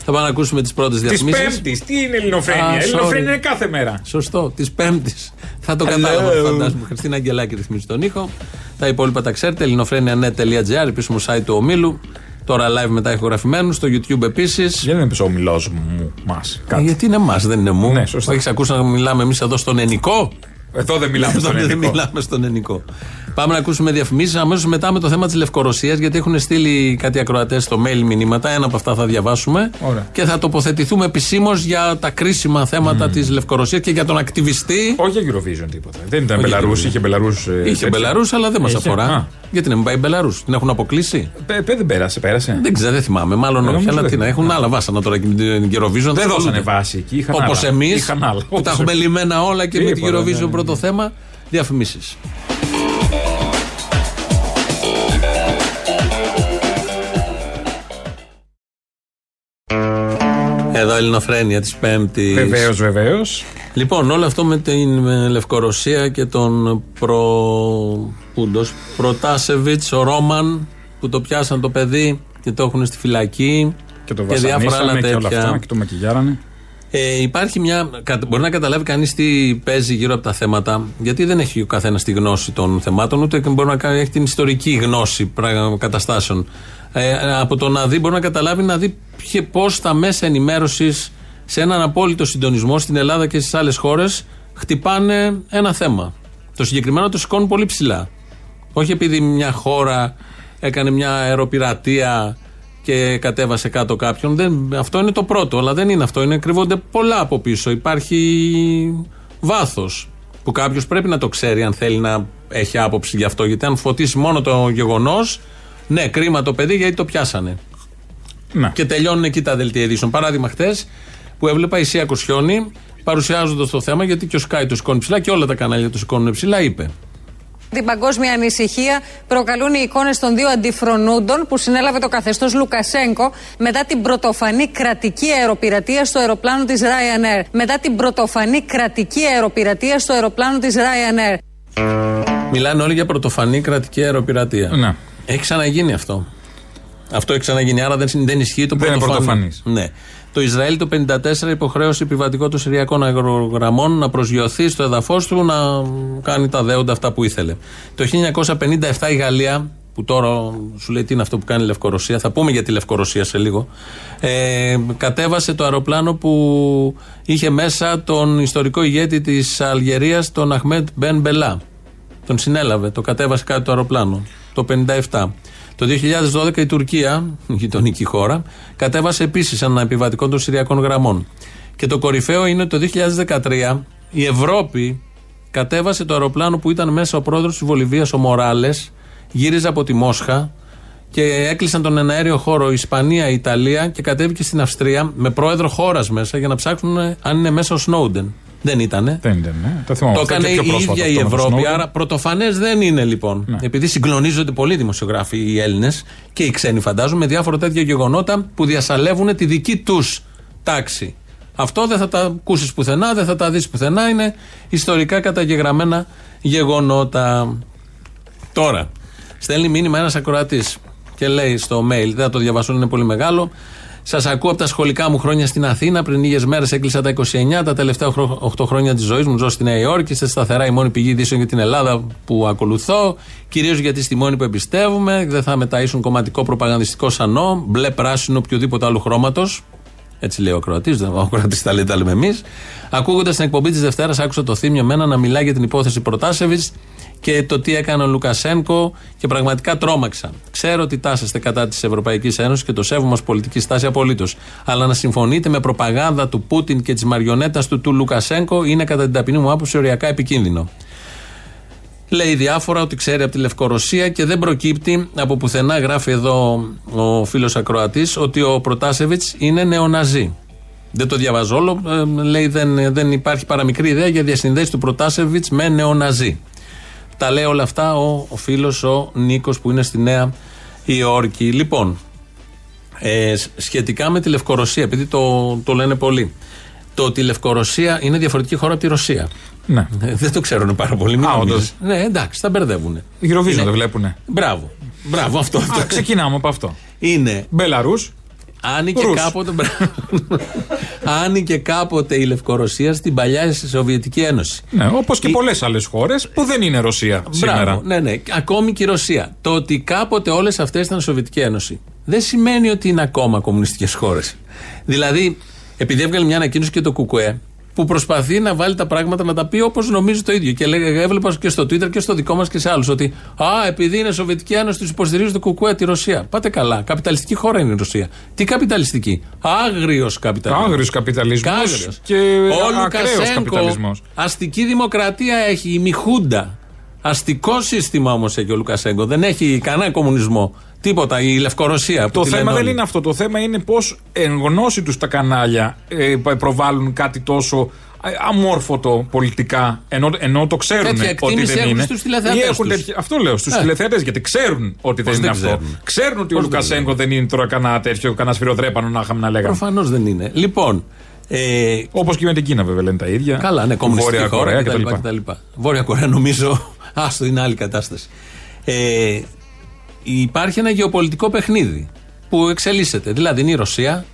Θα πάμε να ακούσουμε τις πρώτες Της διαφημίσεις. Πέμπτης, τι είναι ελληνοφρένεια. Α, sorry. ελληνοφρένεια είναι κάθε μέρα. Σωστό, της Πέμπτης. Θα το Ε, ναι, κατάλαβα, φαντάζομαι. Χριστίνα Αγγελάκη ρυθμίζει τον ήχο. Τα υπόλοιπα τα ξέρετε. ελληνοφρένια.net.gr, επίσημο site του ομίλου. Τώρα live μετά ηχογραφημένους, στο YouTube επίσης. Γιατί δεν πει ο μιλό μου, μας. Γιατί είναι εμά, δεν είναι μου. Ναι, σωστά. Έχει ακούσει να μιλάμε εμείς εδώ στον ενικό. Εδώ δεν μιλάμε στον Εδώ δεν ελληνικό. μιλάμε στον ενικό. Πάμε να ακούσουμε διαφημίσεις. Αμέσως μετά με το θέμα της Λευκορωσίας, γιατί έχουν στείλει κάτι ακροατές στο mail μηνύματα. Ένα από αυτά θα διαβάσουμε. Ωραία. Και θα τοποθετηθούμε επισήμως για τα κρίσιμα θέματα της της Λευκορωσίας και για τον ακτιβιστή. Όχι για Eurovision τίποτα. Δεν ήταν Όχι Μπελαρούς, Eurovision. είχε ε, Μπελαρού. Είχε Μπελαρούς, αλλά δεν μας Είχε. αφορά. Α. Γιατί να μην πάει η Μπελαρούς, την έχουν αποκλείσει. Πέ, δεν πέρασε, πέρασε. Δεν ξέρω, δεν θυμάμαι. Μάλλον όχι, νομίζω αλλά δεν τι να έχουν άλλα βάσανα τώρα και με την Eurovision. Δεν δώσανε βάση εκεί, είχαν Όπως άλλα. εμείς Είχαν άλλα. που τα Όπως έχουμε εμείς. λυμμένα όλα και με την Τίποτα, ναι, ναι, Eurovision ναι. πρώτο θέμα. Διαφημίσεις. Εδώ Ελληνοφρένεια της Πέμπτης. Βεβαίως, βεβαίως. Λοιπόν, όλο αυτό με την ε, Λευκορωσία και τον προ... Πούντος, Προτάσεβιτς, ο Ρόμαν, που το πιάσαν το παιδί και το έχουν στη φυλακή Και το βασανίσανε και όλα αυτά. Και το μακιγιάρανε. Ε, υπάρχει μια. κα- Μπορεί να καταλάβει κανείς τι παίζει γύρω από τα θέματα, γιατί δεν έχει ο καθένας τη γνώση των θεμάτων, ούτε και μπορεί να κα- έχει την ιστορική γνώση πρα- καταστάσεων. Ε, από το να δει, μπορεί να καταλάβει να δει πώς τα μέσα ενημέρωσης σε έναν απόλυτο συντονισμό στην Ελλάδα και στις άλλες χώρες χτυπάνε ένα θέμα. Το συγκεκριμένο το σηκώνουν πολύ ψηλά. Όχι επειδή μια χώρα έκανε μια αεροπειρατεία και κατέβασε κάτω κάποιον. Δεν, αυτό είναι το πρώτο, αλλά δεν είναι αυτό. Είναι, κρύβονται πολλά από πίσω. Υπάρχει βάθος που κάποιος πρέπει να το ξέρει αν θέλει να έχει άποψη γι' αυτό. Γιατί αν φωτίσει μόνο το γεγονός, ναι, κρίμα το παιδί γιατί το πιάσανε. Ναι. Και τελειώνουν εκεί τα δελτία ειδήσεων. Παράδειγμα, χτε που έβλεπα η Σία Κοσιόνη παρουσιάζοντας το θέμα, γιατί και ο Sky το σηκώνει ψηλά και όλα τα κανάλια το σηκώνουν ψηλά, είπε. Την παγκόσμια ανησυχία προκαλούν οι εικόνες των δύο αντιφρονούντων που συνέλαβε το καθεστώς Λουκασέγκο μετά την πρωτοφανή κρατική αεροπειρατεία στο αεροπλάνο της Ryanair. Μετά την πρωτοφανή κρατική αεροπειρατεία στο αεροπλάνο της Ryanair. Μιλάνε όλοι για πρωτοφανή κρατική αεροπειρατεία. Ναι. Έχει ξαναγίνει αυτό. Αυτό έχει ξαναγίνει, άρα δεν, συν- δεν ισχύει το Δεν είναι πρωτοφανή. πρωτοφανής. Ναι. Το Ισραήλ το 54 υποχρέωσε επιβατικό των Συριακών αγρογραμμών να προσγειωθεί στο εδαφό του να κάνει τα δέοντα αυτά που ήθελε. Το 1957 η Γαλλία, που τώρα σου λέει τι είναι αυτό που κάνει η Λευκορωσία, θα πούμε για τη Λευκορωσία σε λίγο, ε, κατέβασε το αεροπλάνο που είχε μέσα τον ιστορικό ηγέτη της Αλγερίας, τον Αχμέτ Μπεν Μπελά. Τον συνέλαβε, το κατέβασε κάτω το αεροπλάνο το 57. Το 2012 η Τουρκία, γειτονική χώρα, κατέβασε επίσης ένα επιβατικό των Συριακών γραμμών. Και το κορυφαίο είναι ότι το 2013 η Ευρώπη κατέβασε το αεροπλάνο που ήταν μέσα ο πρόεδρος της Βολιβίας, ο Μοράλες, γύριζε από τη Μόσχα και έκλεισαν τον εναέριο χώρο Ισπανία, Ιταλία και κατέβηκε στην Αυστρία με πρόεδρο χώρας μέσα για να ψάχνουν αν είναι μέσα ο Σνόουντεν. Δεν ήτανε. Δεν ήταν, ναι. Το Το θυμόμαστε. έκανε Και πιο η πρόσφατα ίδια η αυτό Ναι. με τον Ευρώπη. Snowden. Άρα πρωτοφανές δεν είναι λοιπόν. Επειδή συγκλονίζονται πολλοί δημοσιογράφοι οι Έλληνες και οι ξένοι φαντάζομαι με διάφορα τέτοια γεγονότα που διασαλεύουν τη δική τους τάξη. Αυτό δεν θα τα ακούσεις πουθενά, δεν θα τα δεις πουθενά. Είναι ιστορικά καταγεγραμμένα γεγονότα. Τώρα, στέλνει μήνυμα ένας ακροατής και λέει στο mail, δεν θα το διαβάσω, είναι πολύ μεγάλο. Σας ακούω από τα σχολικά μου χρόνια στην Αθήνα. Πριν λίγες μέρες έκλεισα τα 29, τα τελευταία 8 χρόνια της ζωής μου ζω στη Νέα Υόρκη. Είστε σταθερά η μόνη πηγή ειδήσεων για την Ελλάδα που ακολουθώ. Κυρίως για τη στιμόνη που εμπιστεύομαι. Δεν θα μεταίσουν κομματικό προπαγανδιστικό σανό, μπλε, πράσινο, οποιοδήποτε άλλου χρώματος. Έτσι λέει ο Κροατή, δεν ο Κροατή τα λέει, τα λέμε εμείς. Ακούγοντας την εκπομπή της Δευτέρας, άκουσα το θύμιο μένα να μιλά για την υπόθεση Προτάσεβιτ και το τι έκανε ο Λουκασένκο και πραγματικά τρόμαξα. Ξέρω ότι τάσεστε κατά της Ευρωπαϊκής Ένωσης και το σέβομαι ως πολιτική στάση απολύτως. Αλλά να συμφωνείτε με προπαγάνδα του Πούτιν και της μαριονέτας του του Λουκασένκο είναι κατά την ταπεινή μου άποψη οριακά επικίνδυνο. Λέει διάφορα ότι ξέρει από τη Λευκορωσία και δεν προκύπτει από πουθενά, γράφει εδώ ο φίλος Ακροατής, ότι ο Προτάσεβιτ είναι νεοναζί. Δεν το διαβάζω όλο. ε, λέει δεν, δεν υπάρχει παραμικρή ιδέα για διασυνδέσεις του Προτάσεβιτ με νεοναζί. Τα λέει όλα αυτά ο, ο φίλος ο Νίκος που είναι στη Νέα Υόρκη. Λοιπόν, ε, σ- σχετικά με τη Λευκορωσία, επειδή το, το λένε πολλοί. Το ότι η Λευκορωσία είναι διαφορετική χώρα από τη Ρωσία. Ναι. Ε, Δεν το ξέρουν πάρα πολύ. Μην Α, νομίζεις. όντως. Ναι, εντάξει, τα μπερδεύουν. Ναι. Eurovision το βλέπουνε. Μπράβο. Μπράβο, αυτό. Α, αυτό. ξεκινάμε από αυτό. Είναι. Μπελαρούς. Άνοιγε Ρους. κάποτε. μπράβο. Άνοιγε κάποτε η Λευκορωσία στην παλιά Σοβιετική Ένωση. Ναι, όπως και πολλές άλλες χώρες που δεν είναι Ρωσία σήμερα. Ναι, ναι. Ακόμη και η Ρωσία. Το ότι κάποτε όλες αυτές ήταν Σοβιετική Ένωση δεν σημαίνει ότι είναι ακόμα κομμουνιστικές χώρες. Δηλαδή, επειδή έβγαλε μια ανακοίνωση και το Κουκουέ, που προσπαθεί να βάλει τα πράγματα να τα πει όπως νομίζει το ίδιο. Και λέγα, έβλεπα και στο Twitter και στο δικό μας και σε άλλους ότι Α, επειδή είναι Σοβιετική Ένωση, τους υποστηρίζει το Κουκουέ τη Ρωσία. Πάτε καλά. Καπιταλιστική χώρα είναι η Ρωσία. Τι καπιταλιστική. Άγριος καπιταλισμός. Άγριος καπιταλισμός Κάγριος. και Ο ακραίο καπιταλισμό. Λουκασέγκο αστική δημοκρατία έχει, η Μιχούντα. Αστικό σύστημα όμως έχει ο Λουκασέγκο. Δεν έχει κανένα κομμουνισμό. Τίποτα. Η Λευκορωσία. Που Το τη θέμα λένε δεν όλοι. είναι αυτό. Το θέμα είναι πώς εν γνώση τους τα κανάλια ε, προβάλλουν κάτι τόσο ε, αμόρφωτο πολιτικά, ενώ, ενώ το ξέρουν Τέτοια ότι εκτίμηση δεν έχουν είναι. στους τηλεθεατές Ή έχουν τους. τέτοια- αυτό λέω, στους Ε. τηλεθεατές, γιατί ξέρουν ότι Πώς δεν είναι δεν αυτό. ξέρουν. Ξέρουν ότι ο Πώς δεν Λουκασέγκο δεν είναι τώρα κανένα τέτοιο, κανένα σφυροδρέπανο να είχαμε να λέγαμε. Προφανώς δεν είναι. Λοιπόν. Ε, Όπως και με την Κίνα, βέβαια, λένε τα ίδια. Καλά, ναι, κομμουνιστική Βόρεια χώρα Κορέα κτλ. κτλ. κτλ. Βόρεια Κορέα νομίζω, άστο είναι άλλη κατάσταση. Ε, υπάρχει ένα γεωπολιτικό παιχνίδι που εξελίσσεται. Δηλαδή είναι η Ρωσία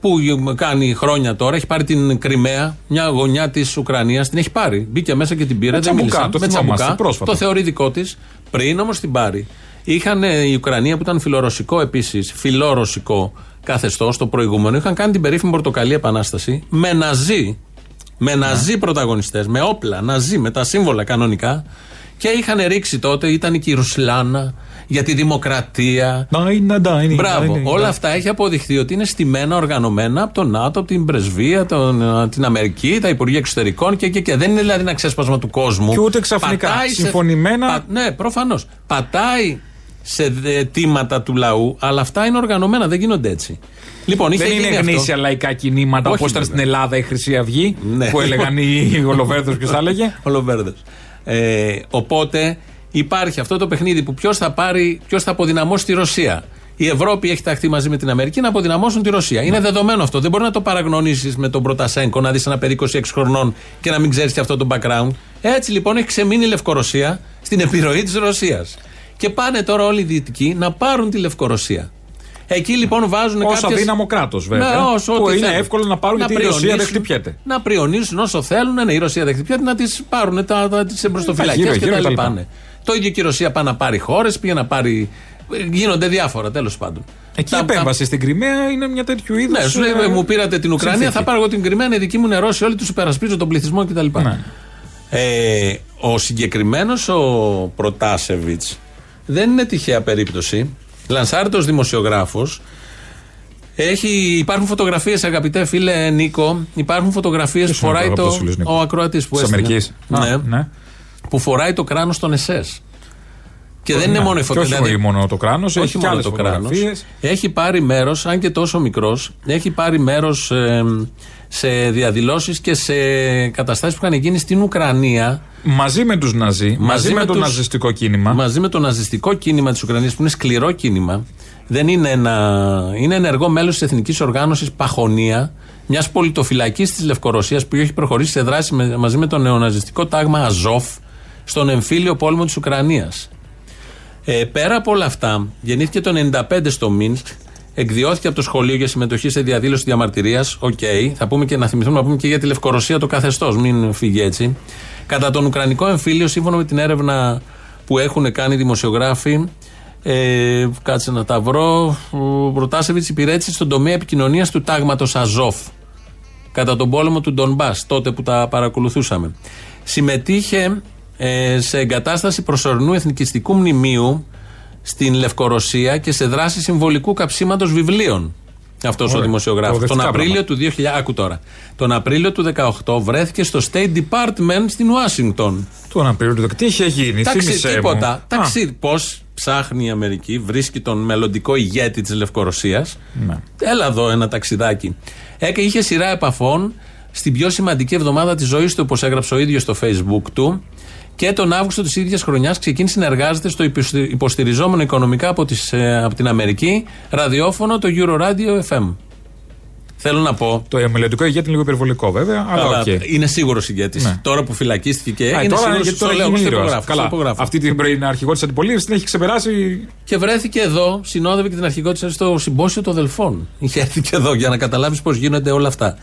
που κάνει χρόνια τώρα, έχει πάρει την Κρυμαία, μια γωνιά της Ουκρανίας, την έχει πάρει. Μπήκε μέσα και την πήρε, Με δεν τσαμπουκά, μίλησαν. το θυμόμαστε, πρόσφατα. το θεωρεί δικό της. Πριν όμως την πάρει. Είχαν ε, η Ουκρανία που ήταν φιλορωσικό επίσης, φιλόρωσικό καθεστώς το προηγούμενο, είχαν κάνει την περίφημη Πορτοκαλί Επανάσταση με ναζί με Ναι. ναζί πρωταγωνιστές, με όπλα ναζί, με τα σύμβολα κανονικά. Και είχαν ρίξει τότε, ήταν και η Ρουσλάνα για τη δημοκρατία. Μπράβο. Όλα αυτά έχει αποδειχθεί ότι είναι στημένα, οργανωμένα από το ΝΑΤΟ, από την πρεσβεία, τον, ε, την Αμερική, τα Υπουργεία Εξωτερικών και, και, και. Δεν είναι δηλαδή ένα ξέσπασμα του κόσμου. Και ούτε ξαφνικά. σε- Συμφωνημένα. πα- ναι, προφανώς. Πατάει σε δε- αιτήματα του λαού, αλλά αυτά είναι οργανωμένα, δεν γίνονται έτσι. Λοιπόν, είχε δεν είναι γίνει αυτό. γνήσια λαϊκά κινήματα Όχι, όπως ήταν στην βέβαια. Ελλάδα η Χρυσή Αυγή Ναι. που έλεγαν οι Ολοβέρδο και τα έλεγε. Ο Λοβέρδος. Ε, οπότε υπάρχει αυτό το παιχνίδι που ποιος θα πάρει, ποιος θα αποδυναμώσει τη Ρωσία. Η Ευρώπη έχει ταχθεί μαζί με την Αμερική να αποδυναμώσουν τη Ρωσία. Ναι. Είναι δεδομένο αυτό. Δεν μπορεί να το παραγνωρίσει με τον Πρωτασέγκο, να δεις ένα παιδί 26 χρονών και να μην ξέρεις αυτό το background. Έτσι λοιπόν έχει ξεμείνει η Λευκορωσία στην επιρροή της Ρωσίας. Και πάνε τώρα όλοι οι Δυτικοί να πάρουν τη Λευκορωσία. Εκεί λοιπόν βάζουν Ως κάποιες... αδύναμο κράτος, βέβαια. Ναι, ως ό,τι που είναι θέλουν. εύκολο να πάρουν γιατί η Ρωσία δεν πριονίσουν- χτυπιέται. Να πριονίσουν όσο θέλουν, ναι, η Ρωσία δεν χτυπιέται, να τις πάρουν τα, τα, τις γύρω, εμπροστοφυλακέ και γύρω τα κτλ. λοιπά. ναι. Το ίδιο και η Ρωσία πάει να πάρει χώρες, πήγε να πάρει. Γίνονται διάφορα τέλος πάντων. Εκεί η επέμβαση στην Κρυμαία είναι μια τέτοιου ε, είδους. Ναι, σου λέει, μου πήρατε την Ουκρανία, θα πάρω εγώ την Κρυμαία, είναι δική μου νερό, όλοι τους υπερασπίζω τον πληθυσμό κτλ. Ναι. Ε, ο συγκεκριμένος ο Προτάσεβιτ δεν είναι τυχαία περίπτωση. Λανσάρτος δημοσιογράφος. Έχει, υπάρχουν φωτογραφίες, αγαπητέ φίλε Νίκο. Υπάρχουν φωτογραφίες που Ποιος είναι φοράει το το, αγαπητός φίλος Νίκο? ο ακροατής που Της έστειλε. Αμερικής. Ναι, Α, ναι. Που φοράει το κράνος των ΕΣΕΣ. Και δεν Ναι, είναι μόνο η δηλαδή. και φωτογραφία. όχι μόνο το κράνος, έχει και άλλες φωτογραφίες. Έχει πάρει μέρος, αν και τόσο μικρός, έχει πάρει μέρος σε διαδηλώσεις και σε καταστάσεις που είχαν γίνει στην Ουκρανία. Μαζί με τους Ναζί, μαζί με το τους- ναζιστικό κίνημα. Μαζί με το ναζιστικό κίνημα της Ουκρανίας, που είναι σκληρό κίνημα, δεν είναι ένα. Είναι ενεργό μέλος της Εθνικής Οργάνωσης Παχωνία, μιας πολιτοφυλακής της Λευκορωσίας που έχει προχωρήσει σε δράση με- μαζί με το νεοναζιστικό τάγμα Αζόφ στον εμφύλιο πόλεμο της Ουκρανίας. Ε, πέρα από όλα αυτά, γεννήθηκε το 95 στο Μίνσκ, εκδιώθηκε από το σχολείο για συμμετοχή σε διαδήλωση διαμαρτυρίας. Οκ, θα πούμε και να θυμηθούμε να πούμε και για τη Λευκορωσία το καθεστώς, μην φύγει έτσι. Κατά τον Ουκρανικό εμφύλιο, σύμφωνα με την έρευνα που έχουν κάνει οι δημοσιογράφοι, ε, κάτσε να τα βρω, ο Προτάσεβιτ υπηρέτησε στον τομέα επικοινωνίας του τάγματος Αζόφ κατά τον πόλεμο του Ντονμπάς, τότε που τα παρακολουθούσαμε. Συμμετείχε ε, σε εγκατάσταση προσωρινού εθνικιστικού μνημείου στην Λευκορωσία και σε δράση συμβολικού καψίματος βιβλίων. Αυτός ο Ωραία. δημοσιογράφος. Τον Προοδευτικά Απρίλιο του 2000. Άκου τώρα. Τον Απρίλιο του 2018 βρέθηκε στο State Department στην Ουάσιγκτον. Του αναπληρωτικού. Τι είχε γίνει, Ταξί, θύμισε μου. τίποτα. Α, Ταξί. Πώς ψάχνει η Αμερική, βρίσκει τον μελλοντικό ηγέτη της Λευκορωσίας. Ναι. Έλα εδώ ένα ταξιδάκι. Έκα είχε σειρά επαφών στην πιο σημαντική εβδομάδα της ζωής του, όπως έγραψε ο ίδιος στο Facebook του. Και τον Αύγουστο της ίδιας χρονιάς ξεκίνησε να εργάζεται στο υποστη- υποστηριζόμενο οικονομικά από, τις, ε, από την Αμερική ραδιόφωνο το Euroradio FM. Θέλω να πω. Το μελλοντικό ηγέτη είναι λίγο υπερβολικό βέβαια, αλλά Καλά, οκ. Είναι σίγουρος ηγέτης. Ναι. Τώρα που φυλακίστηκε και Α, είναι τώρα, σίγουρος, γιατί τώρα στο έχει λέω, στο γίνει ήρωας. υπογράφω, Καλά, στο υπογράφω. αυτή την πρώην αρχηγό της αντιπολίτευσης την έχει ξεπεράσει. Και βρέθηκε εδώ, συνόδευε και την αρχηγότητα στο συμπόσιο των Δελφών. Είχε έρθει και εδώ για να καταλάβεις πώς γίνονται όλα αυτά.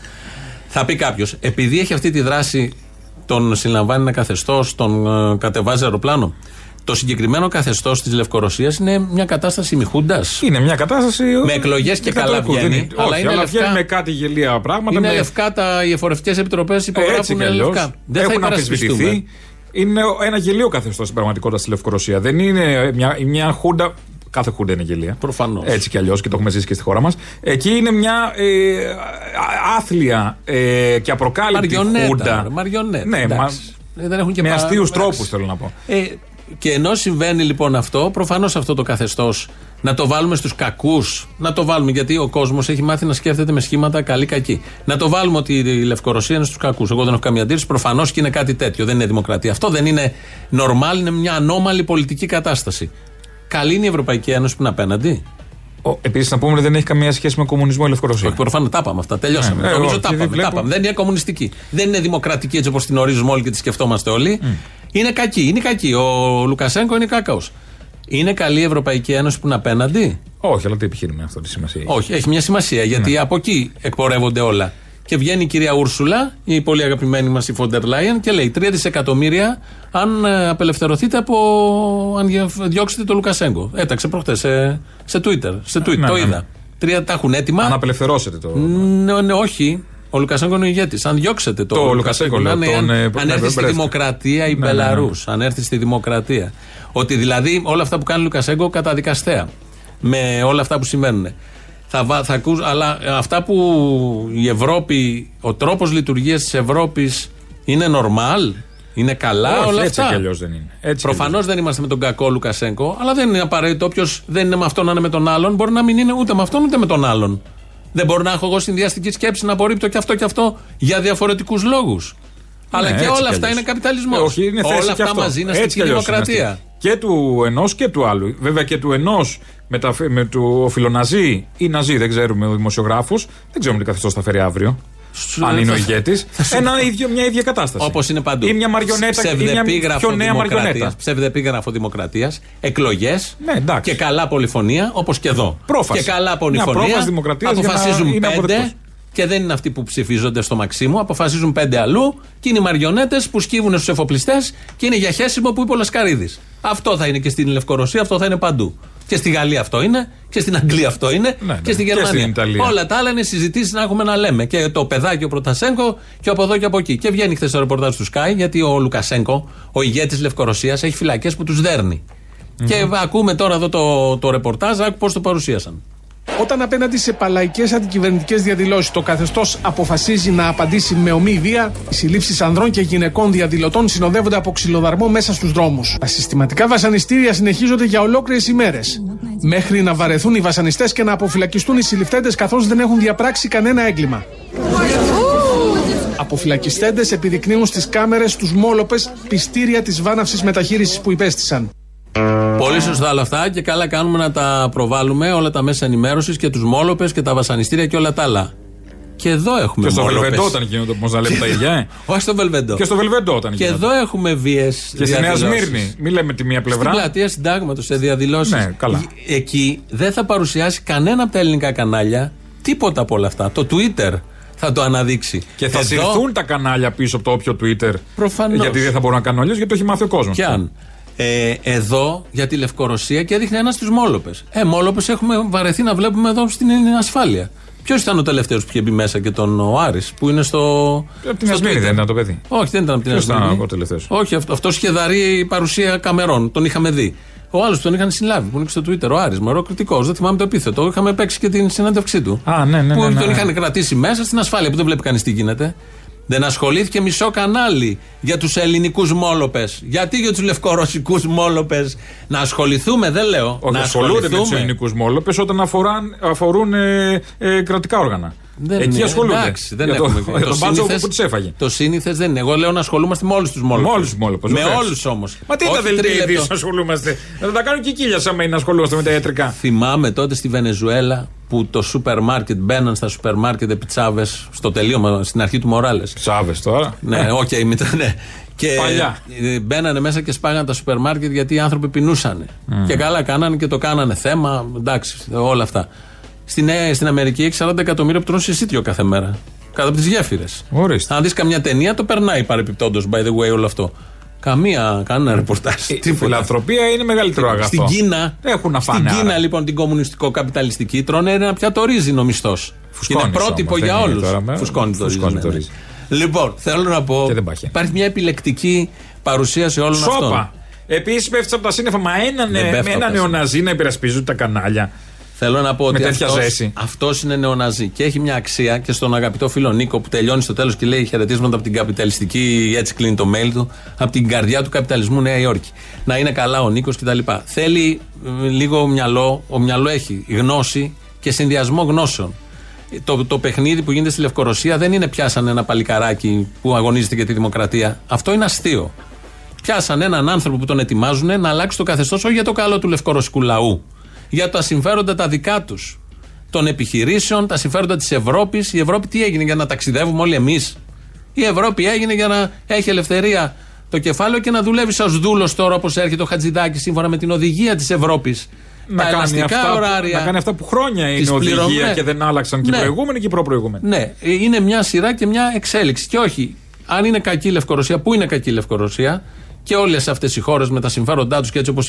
Θα πει κάποιος, επειδή έχει αυτή τη δράση, τον συλλαμβάνει ένα καθεστώς, τον ε, κατεβάζει αεροπλάνο. Το συγκεκριμένο καθεστώς της Λευκορωσίας είναι μια κατάσταση μιχούντα. Είναι μια κατάσταση. Με εκλογές και δεν θα το καλά ακούω, δεν βγαίνει. είναι- αλλά όχι, είναι αλλά λευκά. βγαίνει με κάτι γελία πράγματα. Είναι με- λευκά τα, οι εφορευτικές επιτροπές Ε, Έτσι υπογράφουν κι αλλιώ. λευκά. Δεν θα Έχουν υπερασπιστούμε. αμφισβητηθεί. Είναι ένα γελίο καθεστώς στην πραγματικότητα στη Λευκορωσίας. Δεν είναι μια, μια χούντα. Κάθε χούντα είναι γελία. Προφανώς. Έτσι κι αλλιώς και το έχουμε ζήσει και στη χώρα μας. Εκεί είναι μια ε, α- άθλια ε, και απροκάλυπτη Μαριονέτα. χούντα. ρε, Μαριονέτα. Ναι, μα, εντάξει. Ε, δεν έχουν και με πα- αστείους εντάξει. τρόπους θέλω να πω. Ε, και ενώ συμβαίνει λοιπόν αυτό, προφανώς αυτό το καθεστώς να το βάλουμε στους κακούς, να το βάλουμε γιατί ο κόσμος έχει μάθει να σκέφτεται με σχήματα καλή-κακή. Να το βάλουμε ότι η Λευκορωσία είναι στους κακούς. Εγώ δεν έχω καμία αντίρρηση. Προφανώς και είναι κάτι τέτοιο. Δεν είναι δημοκρατία. Αυτό δεν είναι normal, είναι μια ανώμαλη πολιτική κατάσταση. Καλή είναι η Ευρωπαϊκή Ένωση που είναι απέναντι. Επίσης να πούμε ότι δεν έχει καμία σχέση με κομμουνισμό η Λευκορωσία. Προφανώς τα είπαμε αυτά. Τελειώσαμε. Ναι, Νομίζω εγώ, τα επειδή είπαμε, τα βλέπω- είπαμε. Δεν είναι κομμουνιστική. Δεν είναι δημοκρατική έτσι όπως την ορίζουμε όλοι και τη σκεφτόμαστε όλοι. Είναι κακή. Είναι κακή. Ο Λουκασέγκο είναι κάκαος. Είναι καλή η Ευρωπαϊκή Ένωση που είναι απέναντι. Όχι, αλλά τι επιχείρημα είναι αυτό, τι σημασία έχει. Όχι, έχει μια σημασία γιατί Ναι. από εκεί εκπορεύονται όλα. Και βγαίνει η κυρία Ούρσουλα, η πολύ αγαπημένη μας η Φόντερ Λάιεν, και λέει 3 δισεκατομμύρια αν ε, απελευθερωθείτε από. αν γε- διώξετε τον Λουκασέγκο. Έταξε προχτές σε, σε Twitter. Σε Twitter, ναι, το ναι. είδα. Τρία τα έχουν έτοιμα. Αν απελευθερώσετε το. Ναι, ναι, όχι. Ο Λουκασέγκο είναι ηγέτης. Αν διώξετε το, Το Λουκασέγκο, να είναι, λέω, τον, αν, ε, αν Πρεσβευτή. έρθει στη δημοκρατία η Ναι, ναι, ναι. Μπελαρούς, αν έρθει στη δημοκρατία. Ότι δηλαδή όλα αυτά που κάνει ο Λουκασέγκο καταδικαστέα. Με όλα αυτά που συμβαίνουν. Θα, βα- θα ακούς, αλλά ε, αυτά που η Ευρώπη, ο τρόπος λειτουργίας της Ευρώπης είναι normal, είναι καλά, Όχι, όλα έτσι αυτά. κι αλλιώς δεν είναι. Έτσι κι Προφανώς δεν είμαστε με τον κακό Λουκασέγκο, αλλά δεν είναι απαραίτητο. Όποιος δεν είναι με αυτόν να είναι με τον άλλον, μπορεί να μην είναι ούτε με αυτόν ούτε με τον άλλον. Δεν μπορώ να έχω εγώ συνδυαστική σκέψη να απορρίπτω και αυτό και αυτό για διαφορετικούς λόγους. αλλά Ναι, και έτσι κι όλα αυτά αλλιώς. είναι καπιταλισμός. Ε, όχι, είναι θέση όλα και αυτά αυτό. μαζί είναι Έτσι στην κι αλλιώς είναι δημοκρατία. αυτή. Και του ενός και του άλλου. Βέβαια και του ενός με, τα- με του φιλοναζί ή ναζί, δεν ξέρουμε, ο δημοσιογράφος, δεν ξέρουμε τι καθεστώς θα φέρει αύριο. Σου- αν είναι ο θα- ηγέτης. Ένα ίδιο, μια ίδια κατάσταση. Όπως είναι παντού. Ή μια μαριονέτα ή μια πιο Ψευδεπίγραφο νέα μαριονέτα. Ναι, δημοκρατία. Ψευδεπίγραφο δημοκρατία. Εκλογέ. και καλά πολυφωνία, όπως και εδώ. Πρόφαση. Και καλά Μια πολυφωνία. πρόφαση δημοκρατίας για να αποφασίζουν είναι πέντε. αποδεκτός. Και δεν είναι αυτοί που ψηφίζονται στο Μαξίμου. Αποφασίζουν πέντε αλλού. Και είναι οι μαριονέτες που σκύβουν στους εφοπλιστές. Και είναι για χέσιμο που είπε ο Λασκαρίδης. Αυτό θα είναι και στην Λευκορωσία, αυτό θα είναι παντού. Και στη Γαλλία αυτό είναι. Και στην Αγγλία αυτό είναι. Και στη Ναι, Και Γερμανία. στην Ιταλία. Όλα τα άλλα είναι συζητήσεις να έχουμε να λέμε. Και το παιδάκι ο Πρωτασέγκο και από εδώ και από εκεί. Και βγαίνει χθες το ρεπορτάζ του Sky γιατί ο Λουκασέγκο, ο ηγέτης Λευκορωσίας, έχει φυλακές που τους δέρνει. Και ακούμε τώρα εδώ το, το ρεπορτάζ, άκου πώς το παρουσίασαν. Όταν απέναντι σε παλαϊκές αντικυβερνητικές διαδηλώσεις το καθεστώς αποφασίζει να απαντήσει με ομή βία, οι συλλήψεις ανδρών και γυναικών διαδηλωτών συνοδεύονται από ξυλοδαρμό μέσα στους δρόμους. Τα συστηματικά βασανιστήρια συνεχίζονται για ολόκληρες ημέρες. Μέχρι να βαρεθούν οι βασανιστές και να αποφυλακιστούν οι συλληφθέντες καθώς δεν έχουν διαπράξει κανένα έγκλημα. Αποφυλακιστέντες επιδεικνύουν στις κάμερες τους μόλοπες πιστήρια της βάναυσης μεταχείρισης που υπέστησαν. Πολύ σωστά όλα αυτά και καλά κάνουμε να τα προβάλλουμε όλα τα μέσα ενημέρωσης και τους μόλοπες και τα βασανιστήρια και όλα τα άλλα. Και εδώ έχουμε Και στο μόλοπες. Βελβεντό όταν γίνονται όπως να λέμε τα ίδια. ε. Όχι στο Βελβεντό. Και στο Βελβεντό όταν Και γίνονται. εδώ έχουμε βίες. Και στη Νέα Σμύρνη. Μην λέμε τη μία πλευρά. Στην πλατεία συντάγματος, σε διαδηλώσεις. Ναι, καλά. Εκεί δεν θα παρουσιάσει κανένα από τα ελληνικά κανάλια τίποτα από όλα αυτά. Το Twitter θα το αναδείξει. Και θα συρθούν τα κανάλια πίσω από το όποιο Twitter. Προφανώς. Γιατί δεν θα μπορούν να κάνουν αλλιώς, γιατί το έχει μάθει ο κόσμος. Και αν. Ε, εδώ για τη Λευκορωσία και έδειχνε ένας στους Μόλοπες. Ε, Μόλοπες έχουμε βαρεθεί να βλέπουμε εδώ στην ασφάλεια. Ποιος ήταν ο τελευταίος που είχε μπει μέσα και τον ο Άρης που είναι στο. Ε, Από την στο Ασμύρη Twitter. δεν ήταν το παιδί. Όχι, δεν ήταν από την Ποιος ήταν Ασμύρνη. ο τελευταίος? Όχι, αυτό αυτός είχε δαρεί η παρουσία Καμερών. Τον είχαμε δει. Ο άλλος τον είχαν συλλάβει που είναι και στο Twitter. Ο Άρης, μωρό κριτικός. Δεν θυμάμαι το επίθετο. Είχαμε παίξει και την συνέντευξή του. Α, ναι, ναι, που ναι, ναι, τον ναι. είχαν κρατήσει μέσα στην ασφάλεια που δεν βλέπει κανείς τι γίνεται. Δεν ασχολήθηκε μισό κανάλι για τους ελληνικούς μόλοπες. Γιατί για τους λευκορωσικούς μόλοπες να ασχοληθούμε, δεν λέω. Όχι, να ασχολούνται με τους ελληνικούς μόλοπες όταν αφοράν- αφορούν ε, ε, κρατικά όργανα. Δεν Εκεί είναι. ασχολούνται. Εντάξει, δεν Για το- έχουμε. για τον μπάτσο σύνηθες- που τους έφαγε. Το σύνηθες δεν είναι. Εγώ λέω να ασχολούμαστε με όλους τους μόλοπε. Με όλους τους μόλοπες, Με βεβαίως. όλους όμως. Μα τι τα δελτία ειδήσεων ασχολούμαστε. Να τα κάνουν και κύλια σαν να ασχολούμαστε με τα ιατρικά. Θυμάμαι τότε στη Βενεζουέλα που το σούπερ μάρκετ μπαίναν στα σούπερ μάρκετ επί Τσάβες στο τελείωμα, στην αρχή του Μοράλες. Τσάβες τώρα. Ναι, οκ, okay, ναι. Και Παλιά. ε, μπαίνανε μέσα και σπάγαν τα σούπερ μάρκετ γιατί οι άνθρωποι πεινούσαν. Και καλά κάνανε και το κάνανε θέμα, εντάξει, όλα αυτά. Στην, ε, στην Αμερική έχει 40 εκατομμύρια που τρώνε συσίτιο κάθε μέρα. Κάτω από τις γέφυρες. Αν δεις καμιά ταινία, το περνάει παρεπιπτόντω, by the way, όλο αυτό. Καμία, κανένα ρεπορτάζ. Η φιλανθρωπία είναι μεγαλύτερο αγαθό. Στην Κίνα. Έχουν να φάνε. Στην Κίνα, άρα. λοιπόν, την κομμουνιστικό-καπιταλιστική τρώνε ένα πιάτο ρύζι νομιστός. Φουσκώνεις Είναι πρότυπο όμως, για δεν είναι όλους. τώρα, με- Φουσκώνει το ρύζι. φουσκώνει ναι, το ναι. ρύζι. Λοιπόν, θέλω να πω. Υπάρχει μια επιλεκτική παρουσίαση όλων αυτών. Σόπα. Επίσης πέφτεις από τα σύννεφα. Μα έναν, Δεν πέφτω με από τα έναν νεοναζί να υπερασπίζουν τα κανάλια. Θέλω να πω Με ότι τέτοια ζέση. αυτός, αυτός είναι νεοναζί και έχει μια αξία και στον αγαπητό φίλο Νίκο που τελειώνει στο τέλος και λέει χαιρετίσματα από την καπιταλιστική, έτσι κλείνει το mail του, από την καρδιά του καπιταλισμού Νέα Υόρκη. Να είναι καλά ο Νίκος κτλ. Θέλει μ, λίγο μυαλό, ο μυαλό έχει γνώση και συνδυασμό γνώσεων. Το, το παιχνίδι που γίνεται στη Λευκορωσία δεν είναι πιάσαν ένα παλικαράκι που αγωνίζεται για τη δημοκρατία. Αυτό είναι αστείο. Πιάσαν έναν άνθρωπο που τον ετοιμάζουν να αλλάξει το καθεστώς όχι για το καλό του λευκορωσικού λαού. Για τα συμφέροντα τα δικά τους. Των επιχειρήσεων, τα συμφέροντα της Ευρώπης. Η Ευρώπη τι έγινε για να ταξιδεύουμε όλοι εμείς. Η Ευρώπη έγινε για να έχει ελευθερία το κεφάλαιο και να δουλεύει ω δούλο τώρα όπως έρχεται ο Χατζηδάκης σύμφωνα με την οδηγία της Ευρώπης. Να τα κάνει, ελαστικά αυτά, που- ωράρια. να κάνει αυτά που χρόνια τις είναι οδηγία πληρωμές. και δεν άλλαξαν και Ναι. οι προηγούμενοι και οι προπροηγούμενοι. Ναι, ε, είναι μια σειρά και μια εξέλιξη. Και όχι, αν είναι κακή η Λευκορωσία, πού είναι κακή η Λευκορωσία και όλες αυτές οι χώρες με τα συμφέροντά τους και έτσι όπως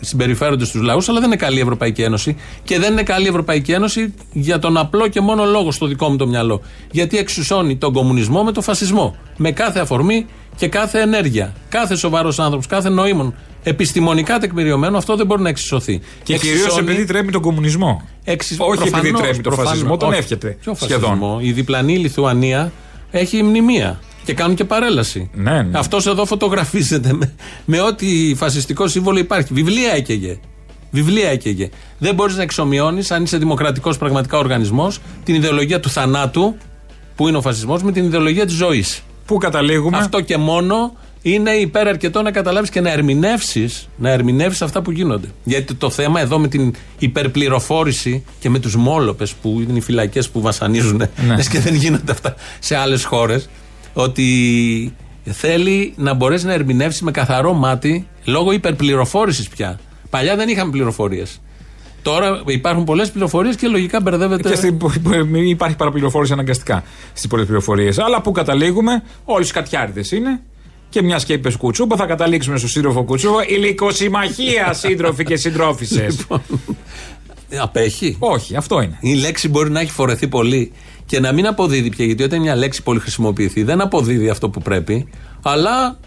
συμπεριφέρονται στους λαούς, αλλά δεν είναι καλή η Ευρωπαϊκή Ένωση. Και δεν είναι καλή η Ευρωπαϊκή Ένωση για τον απλό και μόνο λόγο στο δικό μου το μυαλό. Γιατί εξουσώνει τον κομμουνισμό με τον φασισμό. Με κάθε αφορμή και κάθε ενέργεια. Κάθε σοβαρός άνθρωπος, κάθε νοήμων. Επιστημονικά τεκμηριωμένο, αυτό δεν μπορεί να εξισωθεί. Και κυρίως Εξισώνει- επειδή τρέμει τον κομμουνισμό. Εξι- Όχι επειδή προφανώς, τρέμει τον προφανώς. φασισμό, τον Όχι. εύχεται Ποιο φασισμό? σχεδόν. Η διπλανή Λιθουανία έχει μνημεία και κάνουν και παρέλαση. Ναι, ναι. Αυτός εδώ φωτογραφίζεται με, με ό,τι φασιστικό σύμβολο υπάρχει. Βιβλία έκαιγε. Βιβλία έκαιγε. Δεν μπορείς να εξομοιώνεις, αν είσαι δημοκρατικός πραγματικά οργανισμός, την ιδεολογία του θανάτου, που είναι ο φασισμός, με την ιδεολογία της ζωής. Πού καταλήγουμε. Αυτό και μόνο είναι υπέρ αρκετό να καταλάβεις και να ερμηνεύσεις να ερμηνεύσεις αυτά που γίνονται. Γιατί το θέμα εδώ με την υπερπληροφόρηση και με τους μόλοπες που είναι οι φυλακές που βασανίζουν, Ναι. λες και δεν γίνονται αυτά σε άλλες χώρες, ότι θέλει να μπορέσει να ερμηνεύσει με καθαρό μάτι λόγω υπερπληροφόρησης πια. Παλιά δεν είχαμε πληροφορίες. Τώρα υπάρχουν πολλές πληροφορίες και λογικά μπερδεύεται. Και στην, υπάρχει παραπληροφόρηση αναγκαστικά στις πολλές πληροφορίες. Αλλά που καταλήγουμε, όλοι σκατιάριδες είναι. Και μιας και είπες Κουτσούπα, θα καταλήξουμε στο σύντροφο Κουτσούπα. Ηλικοσυμμαχία, σύντροφοι και συντρόφισε. Λοιπόν. Ε, Απέχει. Όχι, αυτό είναι. Η λέξη μπορεί να έχει φορεθεί πολύ και να μην αποδίδει πια, γιατί όταν μια λέξη πολύ χρησιμοποιηθεί δεν αποδίδει αυτό που πρέπει, αλλά.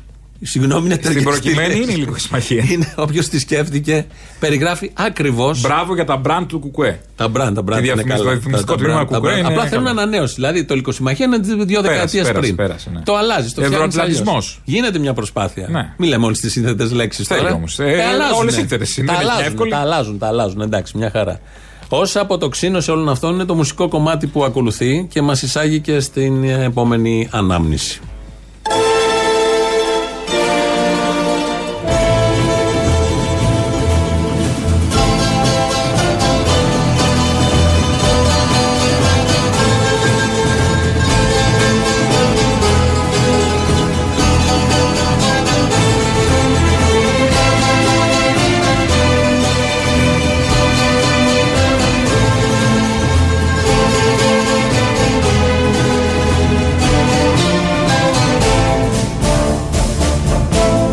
Συγγνώμη, είναι Στην προκειμένη είναι η ηλικοσυμμαχία. Είναι όποιος τη σκέφτηκε, περιγράφει ακριβώς. Μπράβο για τα brand του Κουκουέ. Τα brand, τα brand. Και είναι διαφημι- καλά. το διαφημιστικό Τα- τα τμήμα brand, τα Κουκουέ brand. είναι Απλά καλό. θέλουν ανανέωση. Δηλαδή το ηλικοσυμμαχία είναι δύο Πέρασε, δεκαετίες πέρασε, πριν. πέρασε, ναι. Το αλλάζει. Το φτιάχνεις Ευρωατλαντισμός. αλλιώς. Γίνεται μια προσπάθεια. Ναι. Μην λέμε όλες τις σύνθετες λέξεις Θέλει τώρα. όμως. Ε, Τα αλλάζουνε. όλες σύνθετες είναι, Τα δεν είναι αλλάζουν, εύκολη. τα αλλάζουν, τα αλλάζουν. Εντάξει, μια χαρά. Ω αποτοξίνωση όλων αυτών είναι το μουσικό κομμάτι που ακολουθεί και μας εισάγει και στην ε, επόμενη ανάμνηση.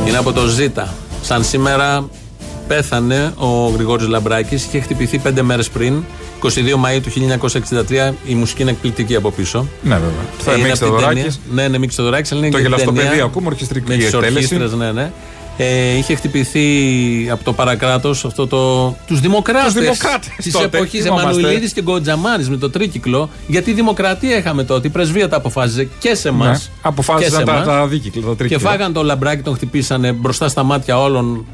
Είναι από το Ζ. Σαν σήμερα πέθανε ο Γρηγόρης Λαμπράκης, είχε χτυπηθεί πέντε μέρες πριν, 22 Μαΐου του 1963, η μουσική είναι εκπληκτική από πίσω. Ε, Ναι, βέβαια. Θα είναι εμίξει από το την δωράκι. ταινία. Ναι, ναι, Μίξης Θεοδωράκης. αλλά είναι Το και την γελαστοπεδίο ταινία ακούμε, ορχιστρική με τις εκτέλεση. ορχήστρες, ναι, ναι. Ε, είχε χτυπηθεί από το παρακράτος αυτό το. Τους Τους δημοκράτες δημοκράτες της τότε, εποχής θυμόμαστε. Εμμανουηλίδης και Γκοτζαμάνη με το τρίκυκλο. Γιατί δημοκρατία είχαμε τότε. Η πρεσβεία τα αποφάσιζε και σε εμά. Ναι. Αποφάσισαν τα, τα δίκυκλα, τα Και τρίκυκλα. φάγαν το λαμπράκι, τον χτυπήσανε μπροστά στα μάτια όλων.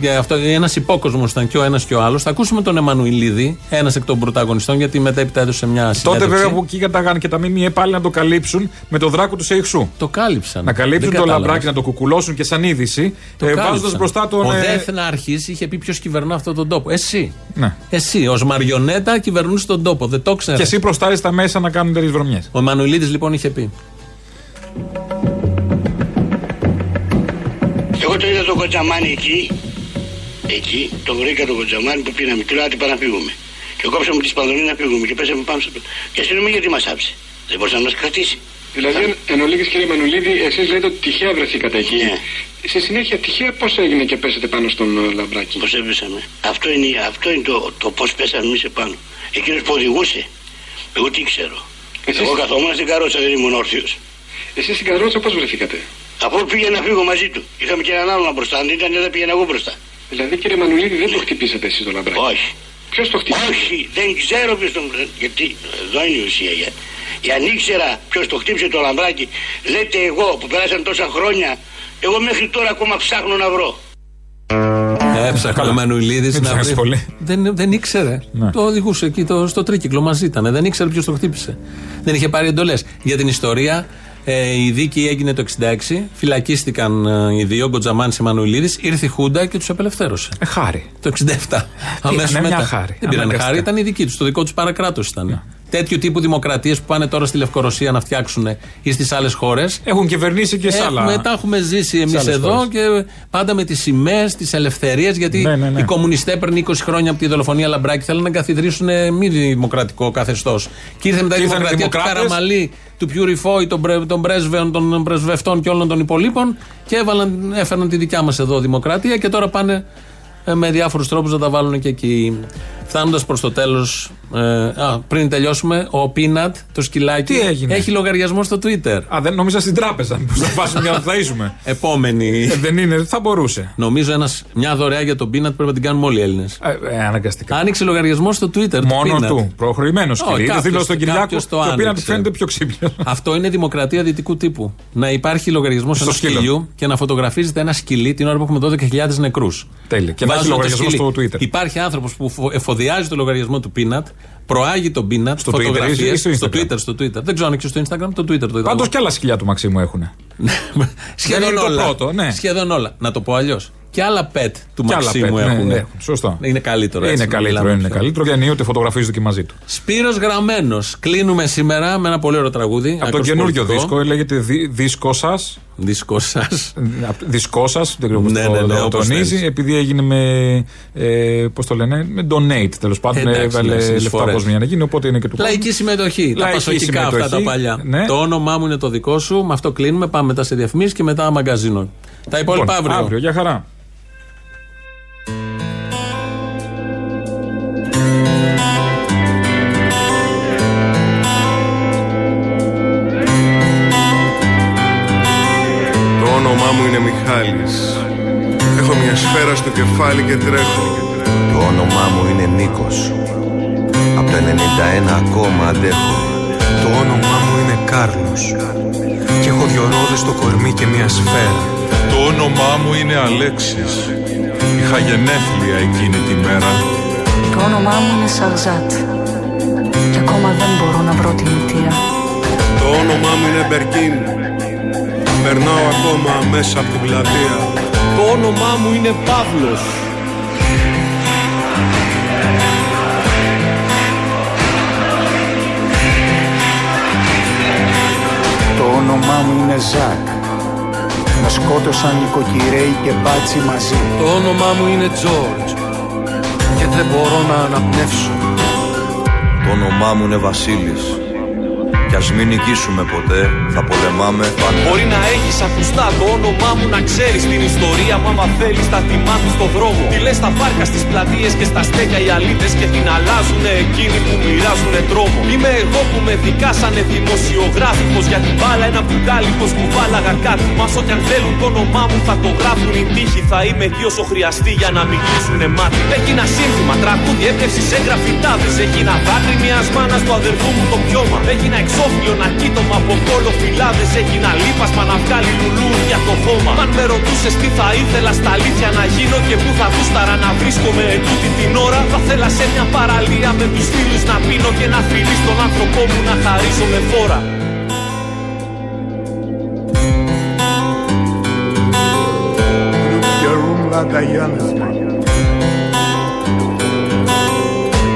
Και αυτό ένας υπόκοσμος ήταν και ο ένας και ο άλλος. Θα ακούσουμε τον Εμμανουηλίδη, ένας εκ των πρωταγωνιστών, γιατί μετέπειτα έδωσε μια συνέντευξη. Τότε βέβαια που εκεί κατάγανε και τα ΜΜΕ πάλι να το καλύψουν με το δράκο του Σεϊχσού. Το κάλυψαν. Να καλύψουν Δεν το κατάλαβα. λαμπράκι, να το κουκουλώσουν και σαν είδηση. Το ε, κάλυψαν. Βάζοντας μπροστά τον. Ο ε, Δεθνάρχη είχε πει ποιος κυβερνά αυτόν τον τόπο. Εσύ. Ναι. Εσύ, ως μαριονέτα, κυβερνούσε τον τόπο. Δεν το ξέρεις. Και εσύ προστάρεις τα μέσα να κάνουν τέτοιες βρωμιές. Ο Εμμανουηλίδης λοιπόν είχε πει. Εγώ το είδα τον Κοτζαμάνι εκεί, εκεί, τον βρήκα τον Κοτζαμάνι που πήραμε και λέω άντε πάμε να φύγουμε. Και κόψαμε τη σπανδονή να φύγουμε και πέσαμε πάνω στο... Και αστυνομία γιατί μας άψε. Δεν μπορούσε να μας κρατήσει. Δηλαδή, εν, εν ολίγης, κύριε Μανουλίδη, εσείς λέτε ότι τυχαία βρεθήκατε εκεί. Ναι. Στη συνέχεια, τυχαία πώς έγινε και πέσετε πάνω στον ε, λαμπράκι. Πώς έπεσαμε. Αυτό είναι, αυτό είναι το, το πώς πέσαμε εμείς επάνω. Εκείνος που οδηγούσε. Εγώ τι ξέρω. Εσείς- Εγώ καθόμουν στην καρότσα, δεν ήμουν όρθιος. Εσείς στην καρότσα πώς βρεθήκατε. Αφού πήγα να φύγω μαζί του. Είχαμε και έναν άλλον μπροστά. Αν δεν ήταν, δεν πήγαινα εγώ μπροστά. Δηλαδή, κύριε Μανουλίδη, δεν το χτυπήσατε εσείς το λαμπράκι. Όχι. Ποιος το χτύπησε. Όχι, δεν ξέρω ποιος τον. Γιατί εδώ είναι η ουσία. Για... για αν ήξερα ποιος το χτύπησε το λαμπράκι, λέτε εγώ που περάσαν τόσα χρόνια, εγώ μέχρι τώρα ακόμα ψάχνω να βρω. Έψαχνε ο Εμμανουηλίδη Μην Ε, να ψάχνεις πολύ. Ναι. Δεν, δεν ήξερε. Το οδηγούσε εκεί το, στο τρίκυκλο μαζί ήταν. Δεν ήξερε ποιος το χτύπησε. Δεν είχε πάρει εντολές. Για την ιστορία, ε, η δίκη έγινε το 66. Φυλακίστηκαν ε, οι δύο, Γκοτζαμάνη και Εμμανουηλίδη. Ήρθε η Χούντα και τους απελευθέρωσε. Ε, χάρη. Το 67. Αμέσω ναι, μια μετά. χάρη. Δεν πήραν Αναγκαστικά. Ναι. χάρη, ήταν η δική τους. Το δικό τους παρακράτος ήταν. Τέτοιου τύπου δημοκρατίες που πάνε τώρα στη Λευκορωσία να φτιάξουν ή στις άλλες χώρες. Έχουν κυβερνήσει και σε άλλα. Μετά Ε, έχουμε ζήσει εμείς άλλες εδώ χώρες. και πάντα με τις σημαίες, τις ελευθερίες. Γιατί Ναι, ναι, ναι. οι κομμουνιστές πριν 20 χρόνια από τη δολοφονία Λαμπράκη θέλουν να καθιδρύσουν ε, μη δημοκρατικό καθεστώς. Και ήρθε μετά η Και ήρθαν οι δημοκρατία του δημοκράτες. Καραμαλή, του Πιουριφόη, των, πρε- των πρέσβεων, των πρεσβευτών και όλων των υπολείπων και έβαλαν, έφεραν τη δικιά μας εδώ δημοκρατία και τώρα πάνε ε, με διάφορους τρόπους να τα βάλουν και εκεί. Φτάνοντας προς το τέλος, ε, α, πριν τελειώσουμε, ο Πίνατ, το σκυλάκι, Τι έγινε? έχει λογαριασμό στο Twitter. Α, δεν νόμιζα στην τράπεζα. Μήπως θα βάζουν για να θαΐσουμε. Επόμενη. Ε, δεν είναι, θα μπορούσε. Νομίζω ένας, μια δωρεά για τον Πίνατ πρέπει να την κάνουμε όλοι οι Έλληνες. Ε, ε, αναγκαστικά. Άνοιξε λογαριασμό στο Twitter. Μόνο Peanut. του. Προχωρημένο Όχι, κύριε. Το κάποιος- δήλωσε τον Κυριάκο. κάποιος το Το οποίο να του άνοιξε. φαίνεται πιο ξύπνιος. Αυτό είναι δημοκρατία δυτικού τύπου. Να υπάρχει λογαριασμός Στο ενός σκύλο. σκυλιού και να φωτογραφίζεται ένα σκυλί την ώρα που έχουμε 12.000 νεκρούς. Τέλεια. Και να έχει λογαριασμό στο Twitter. Υπάρχει άνθρωπος που φο- εφοδιάζει Εφοδιάζει το λογαριασμό του Πίνατ, προάγει τον Πίνατ, Στο Twitter ή στο στο Instagram? Twitter, στο Twitter. Δεν ξέρω αν και στο Instagram, το Twitter το είδα. Πάντως εγώ. Ναι, κι άλλα σκυλιά του Μαξίμου έχουν. Σχεδόν είναι το όλα. πρώτο, ναι. Σχεδόν όλα. Να το πω αλλιώς. Και άλλα pet του Κι άλλα pet, Μαξίμου ναι, έχουν. ναι, σωστό. Είναι καλύτερο Είναι έτσι. να καλύτερο, μιλάμε είναι πιο- καλύτερο και εννοεί ότι φωτογραφίζονται και μαζί του. Σπύρος Γραμμένος. Κλείνουμε σήμερα με ένα πολύ ωραίο τραγούδι. Από το άκρος καινούριο πολιτικό. δίσκο λέγεται δι, Δίσκο σας. Δίσκο σας. Δίσκο σας, δεν ξέρω πώς Ναι, ναι, το ναι, το όπως τονίζει, θέλεις. επειδή έγινε με. Ε, πώς το λένε, με donate τέλος πάντων. Εντάξει, Έβαλε ναι, λεφτά συνεισφορές. πώ μια να γίνει, οπότε είναι και του Λαϊκή συμμετοχή. τα Λαϊκή πασοκικά αυτά τα συμμετοχή, παλιά. ναι. Το όνομά μου είναι το δικό σου. Με αυτό κλείνουμε. Πάμε μετά σε διαφημίσεις και μετά μαγκαζίνο. Τα υπόλοιπα Λοιπόν, αύριο. Αύριο, για χαρά. Το όνομά μου είναι Μιχάλης Έχω μια σφαίρα στο κεφάλι και τρέχω Το όνομά μου είναι Νίκος Από το 91 ακόμα αντέχω Το όνομά μου είναι Κάρλος και έχω δυο ρόδες στο κορμί και μια σφαίρα. Το όνομά μου είναι Αλέξης. Είχα γενέθλια εκείνη τη μέρα. Το όνομά μου είναι Σαρζάτ και ακόμα δεν μπορώ να βρω τη μητέρα. Το όνομά μου είναι Μπερκίν Περνάω ακόμα μέσα από την πλατεία Το όνομά μου είναι Παύλος Το όνομά μου είναι Ζακ. Με σκότωσαν νοικοκυρέοι και μπάτσι μαζί. Το όνομά μου είναι Τζόρτζ και δεν μπορώ να αναπνεύσω. Το όνομά μου είναι Βασίλης Κι ας μην νικήσουμε ποτέ Θα πολεμάμε πάντα Μπορεί να έχεις ακουστά το όνομά μου να ξέρεις την ιστορία μου. Άμα θέλεις, τα τιμά του στον δρόμο. Τι λες στα πάρκα, στις πλατείες και στα στέκια οι αλήτες και την αλλάζουν εκείνοι που μοιράζουν τρόμο. Είμαι εγώ που με δικάσανε δημοσιογράφικος για την μπάλα. Ένα μπουκάλι πως που βάλαγα κάτι. Μα ό,τι αν θέλουν το όνομά μου θα το γράφουν οι τύχοι. Θα είμαι εκεί όσο χρειαστεί για να μην κλείσουνε μάτι. Έγινα σύνθημα, τραγούδι, έπνευση σε γραφιτάδε. Έγινα δάκρυ μιας μάνας του αδερφού μου το πιώμα. Έγινα εξώφυλλο να κοίτομα από κόλλο φυλάδες. Έγινα λίπασμα να βγάλει λουλούδια το χώμα. Μα Αν με ρωτούσες τι θα ήθελα στα αλήθεια να γίνω και πού θα γούσταρα να βρίσκομαι ετούτη την ώρα. Θα θέλα σε μια παραλία με τους φίλους να πίνω και να φιλεί τον άνθρωπό μου να χαρίζω με φόρα. Γερούμλα Νταγιάννεσμα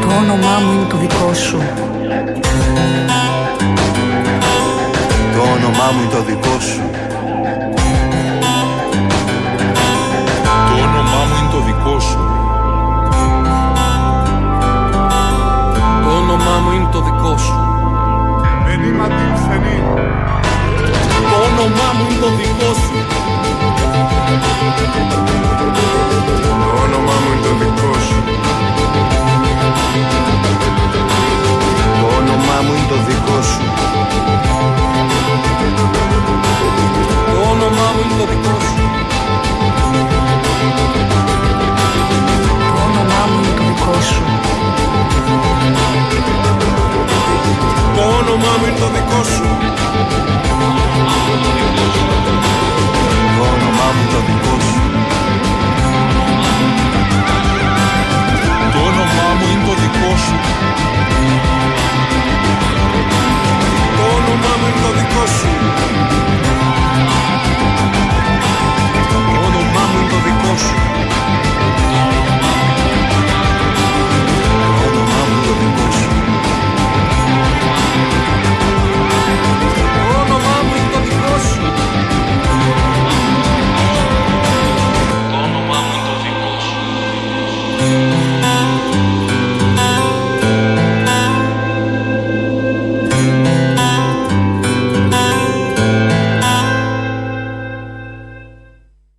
Το όνομά μου είναι το δικό σου. Το όνομά μου είναι το δικό σου